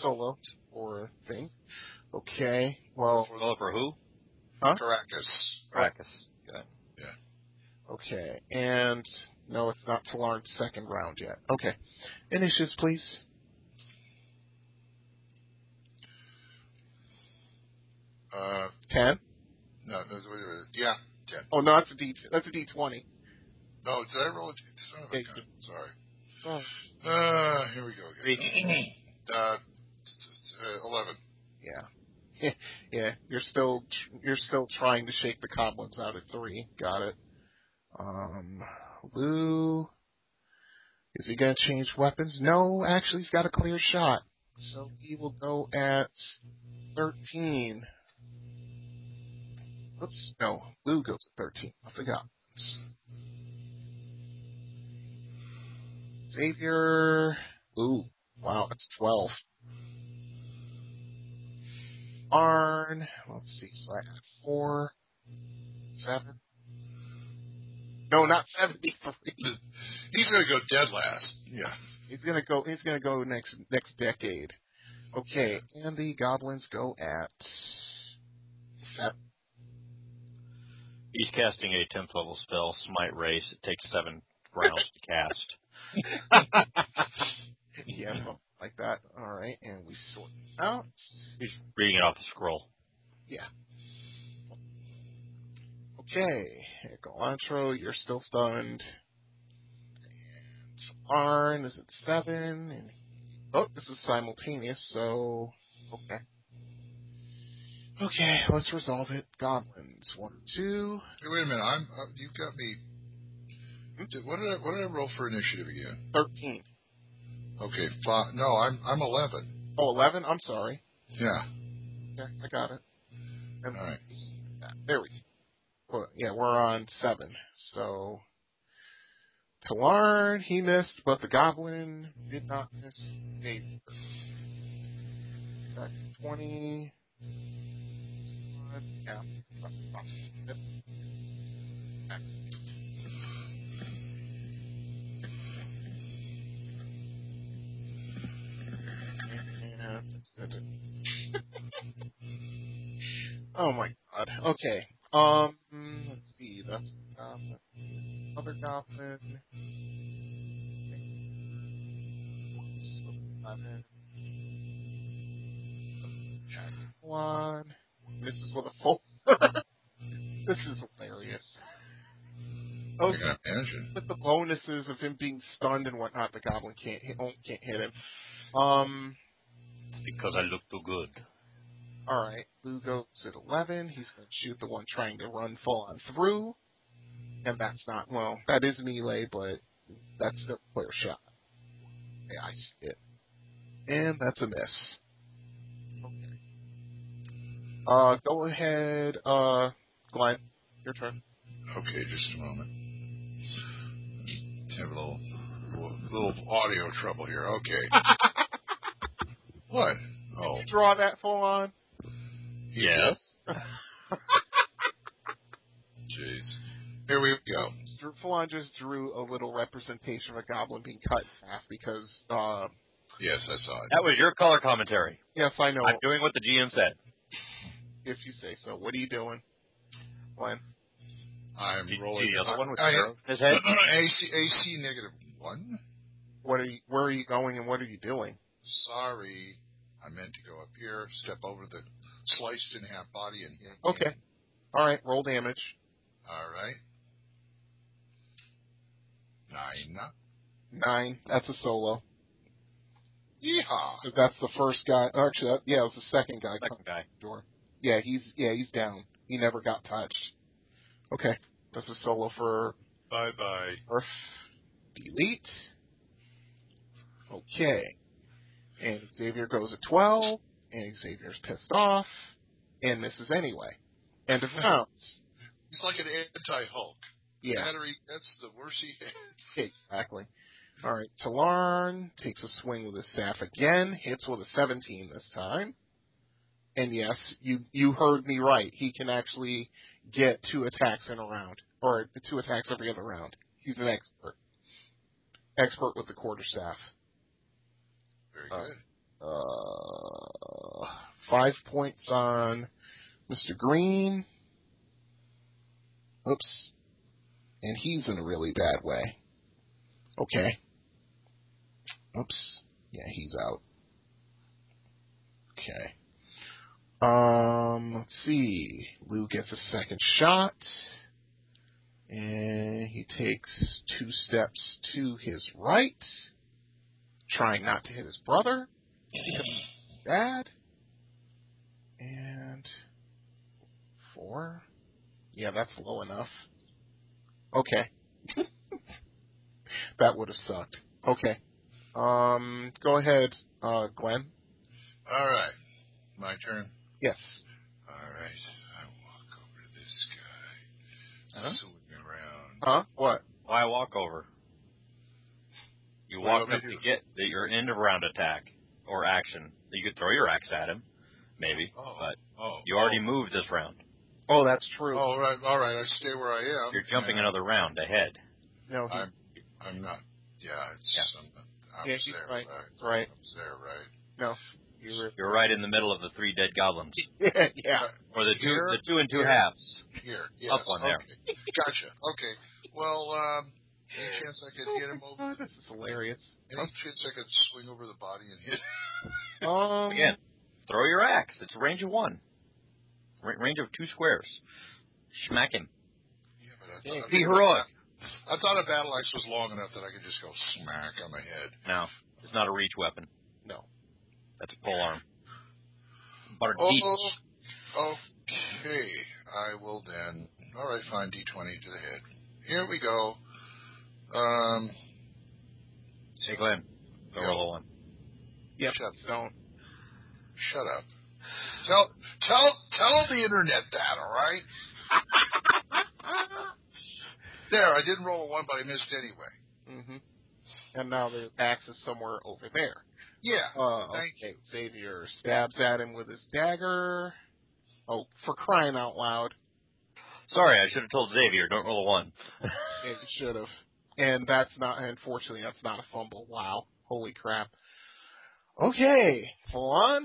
[SPEAKER 5] solo or thing. Okay. Well,
[SPEAKER 7] Well, for who?
[SPEAKER 6] Caracas.
[SPEAKER 7] Practice.
[SPEAKER 5] okay. And no, it's not till our second round yet. Okay. Initiatives, please.
[SPEAKER 6] Uh,
[SPEAKER 5] Ten.
[SPEAKER 6] no, no, wait, wait, wait. yeah, ten.
[SPEAKER 5] Oh no, that's a D. That's a D twenty.
[SPEAKER 6] No, did I roll a son of a
[SPEAKER 5] Thank
[SPEAKER 6] gun.
[SPEAKER 5] you.
[SPEAKER 6] Sorry.
[SPEAKER 5] Oh.
[SPEAKER 6] Uh, here we go
[SPEAKER 7] Reach.
[SPEAKER 6] again. Uh, t- t- uh, eleven.
[SPEAKER 5] Yeah. yeah. You're still you're still trying to shake the cobwebs out of three. Got it. Um, Lou. Is he gonna change weapons? No, actually, he's got a clear shot, so he will go at thirteen. Oops, no, Lou goes at thirteen. I forgot. Xavier. Ooh, wow, that's twelve. Arn. Let's see. So I have four, seven. No, not seventy-three.
[SPEAKER 6] He's gonna go dead last. Yeah.
[SPEAKER 5] He's gonna go. He's gonna go next next decade. Okay, and the goblins go at seven.
[SPEAKER 7] He's casting a 10th level spell, Smite Race. It takes seven rounds to cast.
[SPEAKER 5] Yeah, something like that. All right, and we sort this out.
[SPEAKER 7] He's reading it off the scroll.
[SPEAKER 5] Okay, Galantro, you're still stunned. And Arn is at seven, and oh, this is simultaneous, so okay. Okay, let's resolve it. Goblins, one, two.
[SPEAKER 6] Hey, wait a minute. I'm. Uh, you've got me.
[SPEAKER 5] Hmm?
[SPEAKER 6] Did- What did I? What did I roll for initiative again?
[SPEAKER 5] 13.
[SPEAKER 6] Okay. Five, no, I'm. I'm eleven.
[SPEAKER 5] Oh, 11? I'm sorry.
[SPEAKER 6] Yeah.
[SPEAKER 5] Okay, I got it.
[SPEAKER 6] All right.
[SPEAKER 5] There we go. Well, yeah, we're on 7. So, Talarn he missed, but the goblin did not miss. Neighbor. Got 20. Yeah. Yep. oh my god. Okay. Um, let's see. That's goblin. Other goblin. Eleven. Jack One. This is what a full. this is hilarious.
[SPEAKER 6] I
[SPEAKER 5] Okay
[SPEAKER 6] can imagine.
[SPEAKER 5] with the bonuses of him being stunned and whatnot, the goblin can't hit, can't hit him. Um,
[SPEAKER 7] Because I look too good.
[SPEAKER 5] all right, Lou goes at eleven. He's going to shoot the one trying to run full on through, and that's not well. That is melee, but that's the clear shot. Yeah, I see it, and that's a miss. Okay. Uh, go ahead, uh, Glenn. Your turn.
[SPEAKER 6] Okay, just a moment. Have a little, little audio trouble here. Okay. what? Oh,
[SPEAKER 5] Draw that full on.
[SPEAKER 6] yeah. Jeez. Here we go.
[SPEAKER 5] drew, Fallon just drew a little representation of a goblin being cut in half because, uh,
[SPEAKER 6] Yes, I saw it.
[SPEAKER 7] That was your color commentary.
[SPEAKER 5] yes, I know
[SPEAKER 7] I'm doing what the GM said.
[SPEAKER 5] if you say so. What are you doing, Glenn?
[SPEAKER 6] I'm
[SPEAKER 7] The,
[SPEAKER 6] rolling. Uh, Oh,
[SPEAKER 7] the other one with
[SPEAKER 6] I- I-
[SPEAKER 7] arrow in his head.
[SPEAKER 6] AC, AC negative one.
[SPEAKER 5] What are you, where are you going and what are you doing?
[SPEAKER 6] Sorry, I meant to go up here, step over the sliced in half body, and hit.
[SPEAKER 5] Okay. All right, roll damage.
[SPEAKER 6] All right. Nine.
[SPEAKER 5] Nine. That's a solo.
[SPEAKER 6] Yeehaw.
[SPEAKER 5] That's the first guy. Actually, that, yeah, it was the second guy coming
[SPEAKER 7] Second guy.
[SPEAKER 5] to the door. Yeah, he's yeah he's down. He never got touched. Okay, that's a solo for
[SPEAKER 6] Bye bye.
[SPEAKER 5] Earth. Delete. Okay. And Xavier goes at 12, and Xavier's pissed off, and misses anyway. End of round.
[SPEAKER 6] He's like an anti-Hulk.
[SPEAKER 5] Yeah,
[SPEAKER 6] Battery. That's the worst he had.
[SPEAKER 5] exactly. All right, Talarn takes a swing with his staff again, hits with a 17 this time. And yes, you you heard me right. He can actually get two attacks in a round, or two attacks every other round. He's an expert. Expert with the quarterstaff.
[SPEAKER 6] Very
[SPEAKER 5] Uh,
[SPEAKER 6] good.
[SPEAKER 5] uh, five points on Mr. Green. Oops. And he's in a really bad way. Okay. Oops. Yeah, he's out. Okay. Um, let's see. Lou gets a second shot. And he takes two steps to his right, trying not to hit his brother dad. And four. Yeah, that's low enough. Okay. that would have sucked. Okay. Um, go ahead, uh, Glenn.
[SPEAKER 6] All right. My turn.
[SPEAKER 5] Yes.
[SPEAKER 6] All right. I walk over to this guy.
[SPEAKER 7] Uh-huh.
[SPEAKER 5] Huh?
[SPEAKER 6] Swiveling around.
[SPEAKER 5] Huh? What?
[SPEAKER 7] Why walk over? You
[SPEAKER 6] Why
[SPEAKER 7] walk
[SPEAKER 6] don't
[SPEAKER 7] up
[SPEAKER 6] we
[SPEAKER 7] to
[SPEAKER 6] do-
[SPEAKER 7] get the, your end of round attack or action. You could throw your axe at him, maybe.
[SPEAKER 6] Oh.
[SPEAKER 7] But
[SPEAKER 6] Oh.
[SPEAKER 7] you already moved this round.
[SPEAKER 5] Oh, that's true.
[SPEAKER 6] Oh, all right. All right. I stay where I am.
[SPEAKER 7] You're jumping
[SPEAKER 6] and
[SPEAKER 7] another round ahead.
[SPEAKER 5] no, he,
[SPEAKER 6] I'm. I'm not. Yeah. It's.
[SPEAKER 7] Yeah.
[SPEAKER 6] I'm not- I
[SPEAKER 5] Yeah,
[SPEAKER 6] was
[SPEAKER 5] he's
[SPEAKER 6] there.
[SPEAKER 5] right.
[SPEAKER 6] I-
[SPEAKER 5] Right.
[SPEAKER 6] I was there. Right.
[SPEAKER 5] no. You were,
[SPEAKER 7] You're right in the middle of the three dead goblins,
[SPEAKER 5] yeah, yeah.
[SPEAKER 7] or the two,
[SPEAKER 6] Here,
[SPEAKER 7] the two and two
[SPEAKER 6] here.
[SPEAKER 7] halves.
[SPEAKER 6] Here. Yes.
[SPEAKER 7] Up one there.
[SPEAKER 6] Okay. Gotcha. Okay. Well, um, any chance I could get him
[SPEAKER 5] Oh
[SPEAKER 6] over?
[SPEAKER 5] my God, this is hilarious.
[SPEAKER 6] Any chance I could swing over the body and hit?
[SPEAKER 5] Um,
[SPEAKER 7] Again, Oh, throw your axe. It's a range of one, Ra- range of two squares. Smack him.
[SPEAKER 6] Yeah, but I thought,
[SPEAKER 7] Be heroic.
[SPEAKER 6] I thought a battle axe was long enough that I could just go smack on the head.
[SPEAKER 7] No, it's not a reach weapon.
[SPEAKER 5] No.
[SPEAKER 7] That's a pole arm. Butter
[SPEAKER 6] Oh,
[SPEAKER 7] deep.
[SPEAKER 6] okay. I will then. All right, fine. D20 to the head. Here we go. Um,
[SPEAKER 7] Hey Glenn, go
[SPEAKER 6] Yeah.
[SPEAKER 7] roll a one.
[SPEAKER 5] Yep.
[SPEAKER 6] Shut,
[SPEAKER 5] Don't.
[SPEAKER 6] shut up. Tell, tell, tell the internet that. All right. there, I didn't roll a one, but I missed anyway.
[SPEAKER 5] hmm And now the axe is somewhere over there.
[SPEAKER 6] Yeah.
[SPEAKER 5] Uh,
[SPEAKER 6] Thank
[SPEAKER 5] okay. Xavier stabs at him with his dagger. Oh, for crying out loud!
[SPEAKER 7] Sorry, I should have told Xavier. Don't roll a one.
[SPEAKER 5] It should have. And that's not. Unfortunately, that's not a fumble. Wow! Holy crap! Okay, Falon,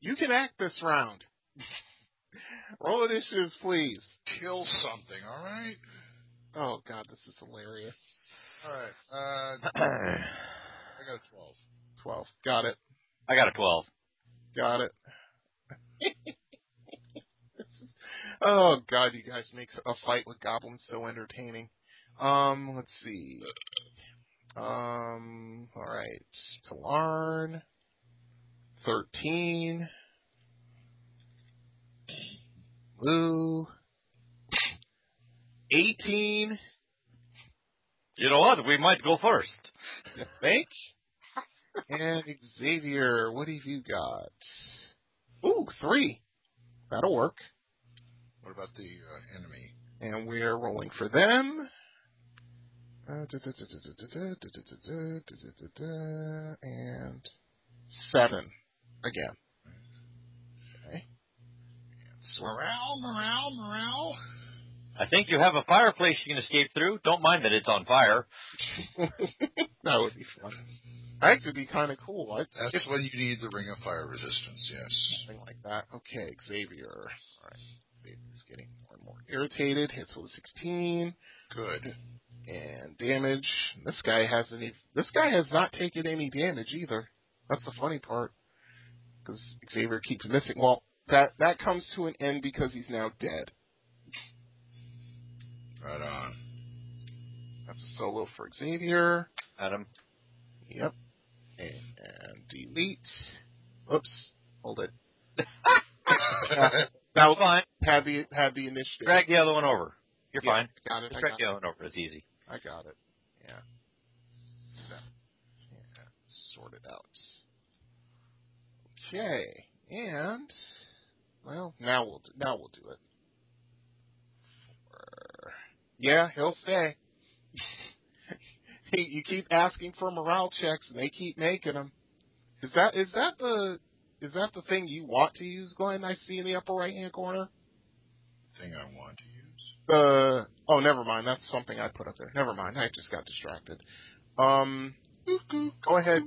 [SPEAKER 5] you can act this round. Roll initiatives, please.
[SPEAKER 6] Kill something, all right?
[SPEAKER 5] Oh God, this is hilarious.
[SPEAKER 6] All right. Uh, I got a 12.
[SPEAKER 5] Twelve. Got it.
[SPEAKER 7] I got a twelve.
[SPEAKER 5] Got it. oh god, you guys make a fight with goblins so entertaining. Um, let's see. Um, all right, Talarn, thirteen. Lou, eighteen.
[SPEAKER 7] You know what? We might go first.
[SPEAKER 5] You think? and Xavier, what have you got? Ooh, three. That'll work.
[SPEAKER 6] What about the uh, enemy?
[SPEAKER 5] And we're rolling for them. Uh, da- da- da- da- da- da- da- da- da- da- da- da- da- da- And seven again. Okay.
[SPEAKER 6] Morale, morale, morale.
[SPEAKER 7] I think you have a fireplace you can escape through. Don't mind that it's on fire.
[SPEAKER 5] that would be fun. That could be kind of cool. I'd
[SPEAKER 6] Mm-hmm. That's when you need the ring of fire resistance, yes.
[SPEAKER 5] something like that. Okay, Xavier. All right. Xavier's getting more and more irritated. Hits with 16
[SPEAKER 6] Good.
[SPEAKER 5] and damage. This guy hasn't. Even, this guy has not taken any damage either. That's the funny part. Because Xavier keeps missing. Well, that that comes to an end because he's now dead.
[SPEAKER 6] Right on.
[SPEAKER 5] That's a solo for Xavier.
[SPEAKER 7] Adam.
[SPEAKER 5] Yep. And, and um, delete. Oops. Hold it. That was
[SPEAKER 7] Fine.
[SPEAKER 5] had the had the initiative.
[SPEAKER 7] Drag the other one over. You're
[SPEAKER 5] Yeah,
[SPEAKER 7] fine.
[SPEAKER 5] I Got it.
[SPEAKER 7] Just
[SPEAKER 5] I
[SPEAKER 7] drag
[SPEAKER 5] got,
[SPEAKER 7] the other one over. It's easy.
[SPEAKER 5] I got it. Yeah. So, yeah. Sort it out. Okay. And well, now we'll do, now we'll do it. Four. Yeah, he'll stay. Hey, you keep asking for morale checks, and they keep making them. Is that is that the is that the thing you want to use, Glenn? I see in the upper right hand corner.
[SPEAKER 6] Thing I want to use.
[SPEAKER 5] Uh, oh, never mind. That's something I put up there. Never mind. I just got distracted. Um, go ahead.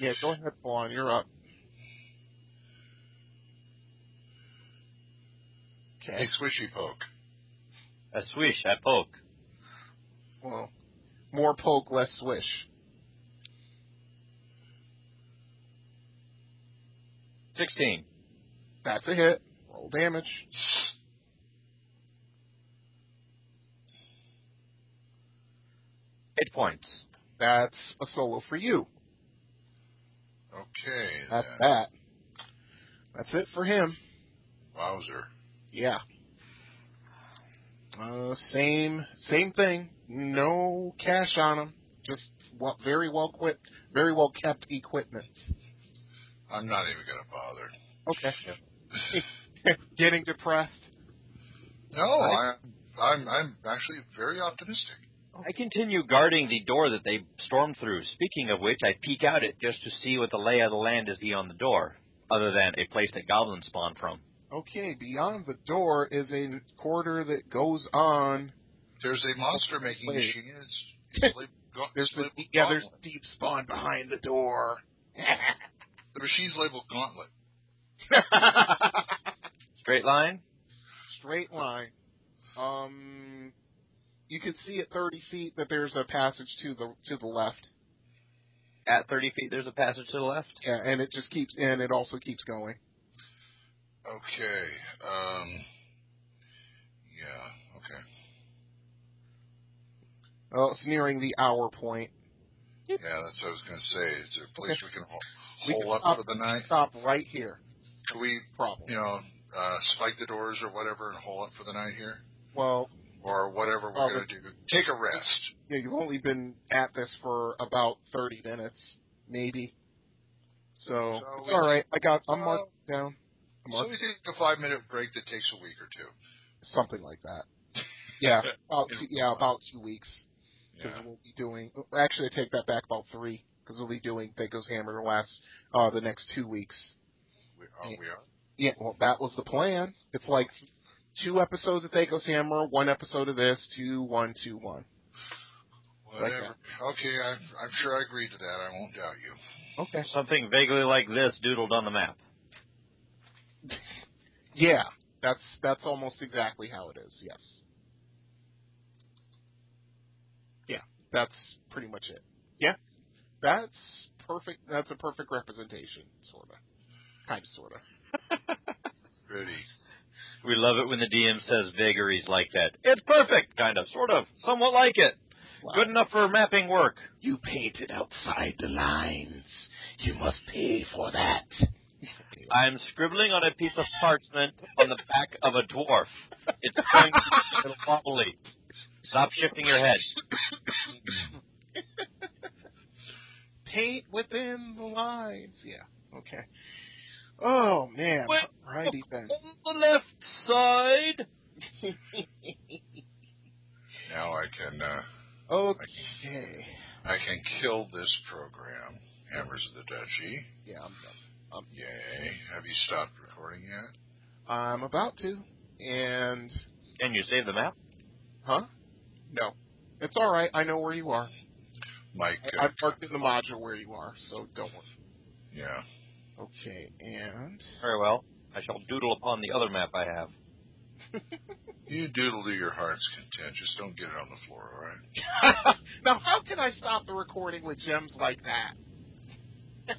[SPEAKER 5] Yeah, go ahead, Blon. You're up.
[SPEAKER 6] Hey,
[SPEAKER 5] Okay.
[SPEAKER 6] swishy poke.
[SPEAKER 7] A swish, I poke.
[SPEAKER 5] Well, more poke, less swish.
[SPEAKER 7] Sixteen.
[SPEAKER 5] That's a hit. Roll damage.
[SPEAKER 7] Eight points.
[SPEAKER 5] That's a solo for you.
[SPEAKER 6] Okay.
[SPEAKER 5] That's
[SPEAKER 6] then.
[SPEAKER 5] that. That's it for him.
[SPEAKER 6] Wowzer.
[SPEAKER 5] Yeah. Uh, same same thing. No cash on them. Just well, very well equipped, very well kept equipment.
[SPEAKER 6] I'm not even going to bother.
[SPEAKER 5] Okay. Getting depressed.
[SPEAKER 6] No, I, I'm, I'm actually very optimistic.
[SPEAKER 7] I continue guarding the door that they stormed through. Speaking of which, I peek out it just to see what the lay of the land is beyond the door, other than a place that goblins spawn from.
[SPEAKER 5] Okay. Beyond the door is a corridor that goes on.
[SPEAKER 6] There's a monster making
[SPEAKER 5] Wait.
[SPEAKER 6] machine. It's, it's like, go-
[SPEAKER 5] There's
[SPEAKER 6] it's
[SPEAKER 5] the,
[SPEAKER 6] labeled
[SPEAKER 5] yeah. There's
[SPEAKER 6] Gauntlet.
[SPEAKER 5] deep spawn behind the door.
[SPEAKER 6] the machine's labeled Gauntlet.
[SPEAKER 7] Straight line.
[SPEAKER 5] Straight line. Um, you can see at 30 feet that there's a passage to the to the left.
[SPEAKER 7] At thirty feet, there's a passage to the left.
[SPEAKER 5] Yeah, and it just keeps and it also keeps going.
[SPEAKER 6] Okay. Um, yeah. Okay.
[SPEAKER 5] Oh, it's nearing the hour point.
[SPEAKER 6] Yeah, that's what I was going to say. Is there a place we can ho-
[SPEAKER 5] We
[SPEAKER 6] hole
[SPEAKER 5] can
[SPEAKER 6] up
[SPEAKER 5] stop-
[SPEAKER 6] for the night?
[SPEAKER 5] Stop right here.
[SPEAKER 6] Can we,
[SPEAKER 5] Problem.
[SPEAKER 6] you know, uh, spike the doors or whatever and hole up for the night here?
[SPEAKER 5] Well,
[SPEAKER 6] Or whatever we're
[SPEAKER 5] Oh,
[SPEAKER 6] going to do. Take a rest.
[SPEAKER 5] yeah, you've only been at this for about 30 minutes, maybe. So,
[SPEAKER 6] So
[SPEAKER 5] it's
[SPEAKER 6] we-
[SPEAKER 5] all right. I got I'm marked down.
[SPEAKER 6] So
[SPEAKER 5] I'm marked,
[SPEAKER 6] we take a five minute break that takes a week or two.
[SPEAKER 5] something like that. Yeah, about two, yeah, about two weeks. because we'll be doing. Actually, I take that back about three because we'll be doing Thankos Hammer last uh, the next two weeks.
[SPEAKER 6] We, oh, we are.
[SPEAKER 5] Yeah, well, that was the plan. It's like two episodes of Thankos Hammer, one episode of this, two, one, two, one.
[SPEAKER 6] Whatever. okay, I'm, I'm sure I agreed to that. I won't doubt you.
[SPEAKER 5] Okay.
[SPEAKER 7] Something vaguely like this doodled on the map.
[SPEAKER 5] Yeah, that's that's almost exactly how it is. Yes. Yeah, that's pretty much it. Yeah, that's perfect. That's a perfect representation, sorta, kind of, sorta.
[SPEAKER 6] Pretty.
[SPEAKER 7] We love it when the DM says vagaries like that. It's perfect, kind of, sort of, somewhat like it. Good enough for mapping work.
[SPEAKER 10] You painted outside the lines. You must pay for that.
[SPEAKER 7] I'm scribbling on a piece of parchment on the back of a dwarf. It's going to be a little wobbly. Stop shifting your head.
[SPEAKER 5] Paint within the lines. Yeah. Okay. Oh man.
[SPEAKER 7] Well,
[SPEAKER 5] Righty then.
[SPEAKER 7] On the left side.
[SPEAKER 6] Now I can uh,
[SPEAKER 5] Okay.
[SPEAKER 6] I can kill this program, Hammers of the Duchy.
[SPEAKER 5] Yeah, I'm done.
[SPEAKER 6] Yay! Have you stopped recording yet?
[SPEAKER 5] I'm about to. And
[SPEAKER 7] Can you save the map?
[SPEAKER 5] huh? No. It's all right. I know where you are.
[SPEAKER 6] Mike. uh,
[SPEAKER 5] I, I've marked in the module where you are, so don't worry.
[SPEAKER 6] yeah.
[SPEAKER 5] Okay, and
[SPEAKER 7] Very well. I shall doodle upon the other map I have.
[SPEAKER 6] You doodle to your heart's content. Just don't get it on the floor, all right?
[SPEAKER 5] now how can I stop the recording with gems like that?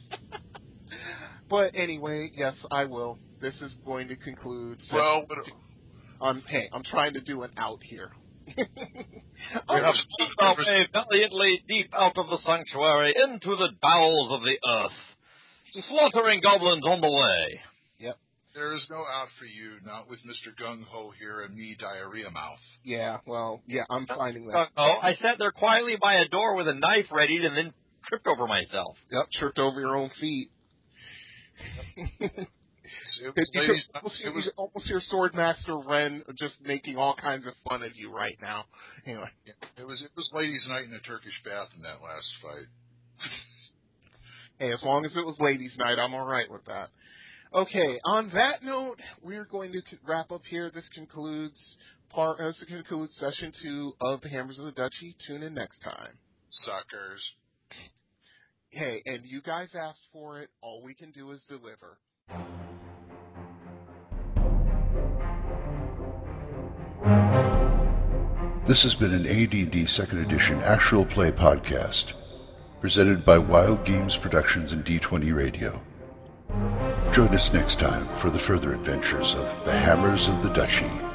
[SPEAKER 5] but anyway, yes, I will. This is going to conclude.
[SPEAKER 6] Well, what,
[SPEAKER 5] I'm hey, I'm trying to do an out here.
[SPEAKER 7] We have
[SPEAKER 5] oh,
[SPEAKER 7] pushed our way valiantly deep out of the sanctuary into the bowels of the earth, slaughtering goblins on the way.
[SPEAKER 6] there is no out for you. Not with Mister Gung Ho here and me diarrhea mouth.
[SPEAKER 5] yeah, well, yeah, I'm finding that.
[SPEAKER 7] Oh, I sat there quietly by a door with a knife readied and then tripped over myself.
[SPEAKER 5] Yep, tripped over your own feet.
[SPEAKER 6] It,
[SPEAKER 5] It, you
[SPEAKER 6] ladies,
[SPEAKER 5] could almost,
[SPEAKER 6] it was
[SPEAKER 5] you could almost hear Swordmaster Ren just making all kinds of fun of you right now. Anyway,
[SPEAKER 6] it was it was ladies' night in a Turkish bath in that last fight.
[SPEAKER 5] hey, as long as it was ladies' night, I'm all right with that. Okay, on that note, we're going to t- wrap up here. This concludes part. Uh, this concludes session two of the Hammers of the Duchy. Tune in next time.
[SPEAKER 6] Suckers.
[SPEAKER 5] Hey, and you guys asked for it. All we can do is deliver.
[SPEAKER 1] This has been an ADD Second Edition actual play podcast, presented by Wild Games Productions and D20 Radio. Join us next time for the further adventures of the Hammers of the Duchy.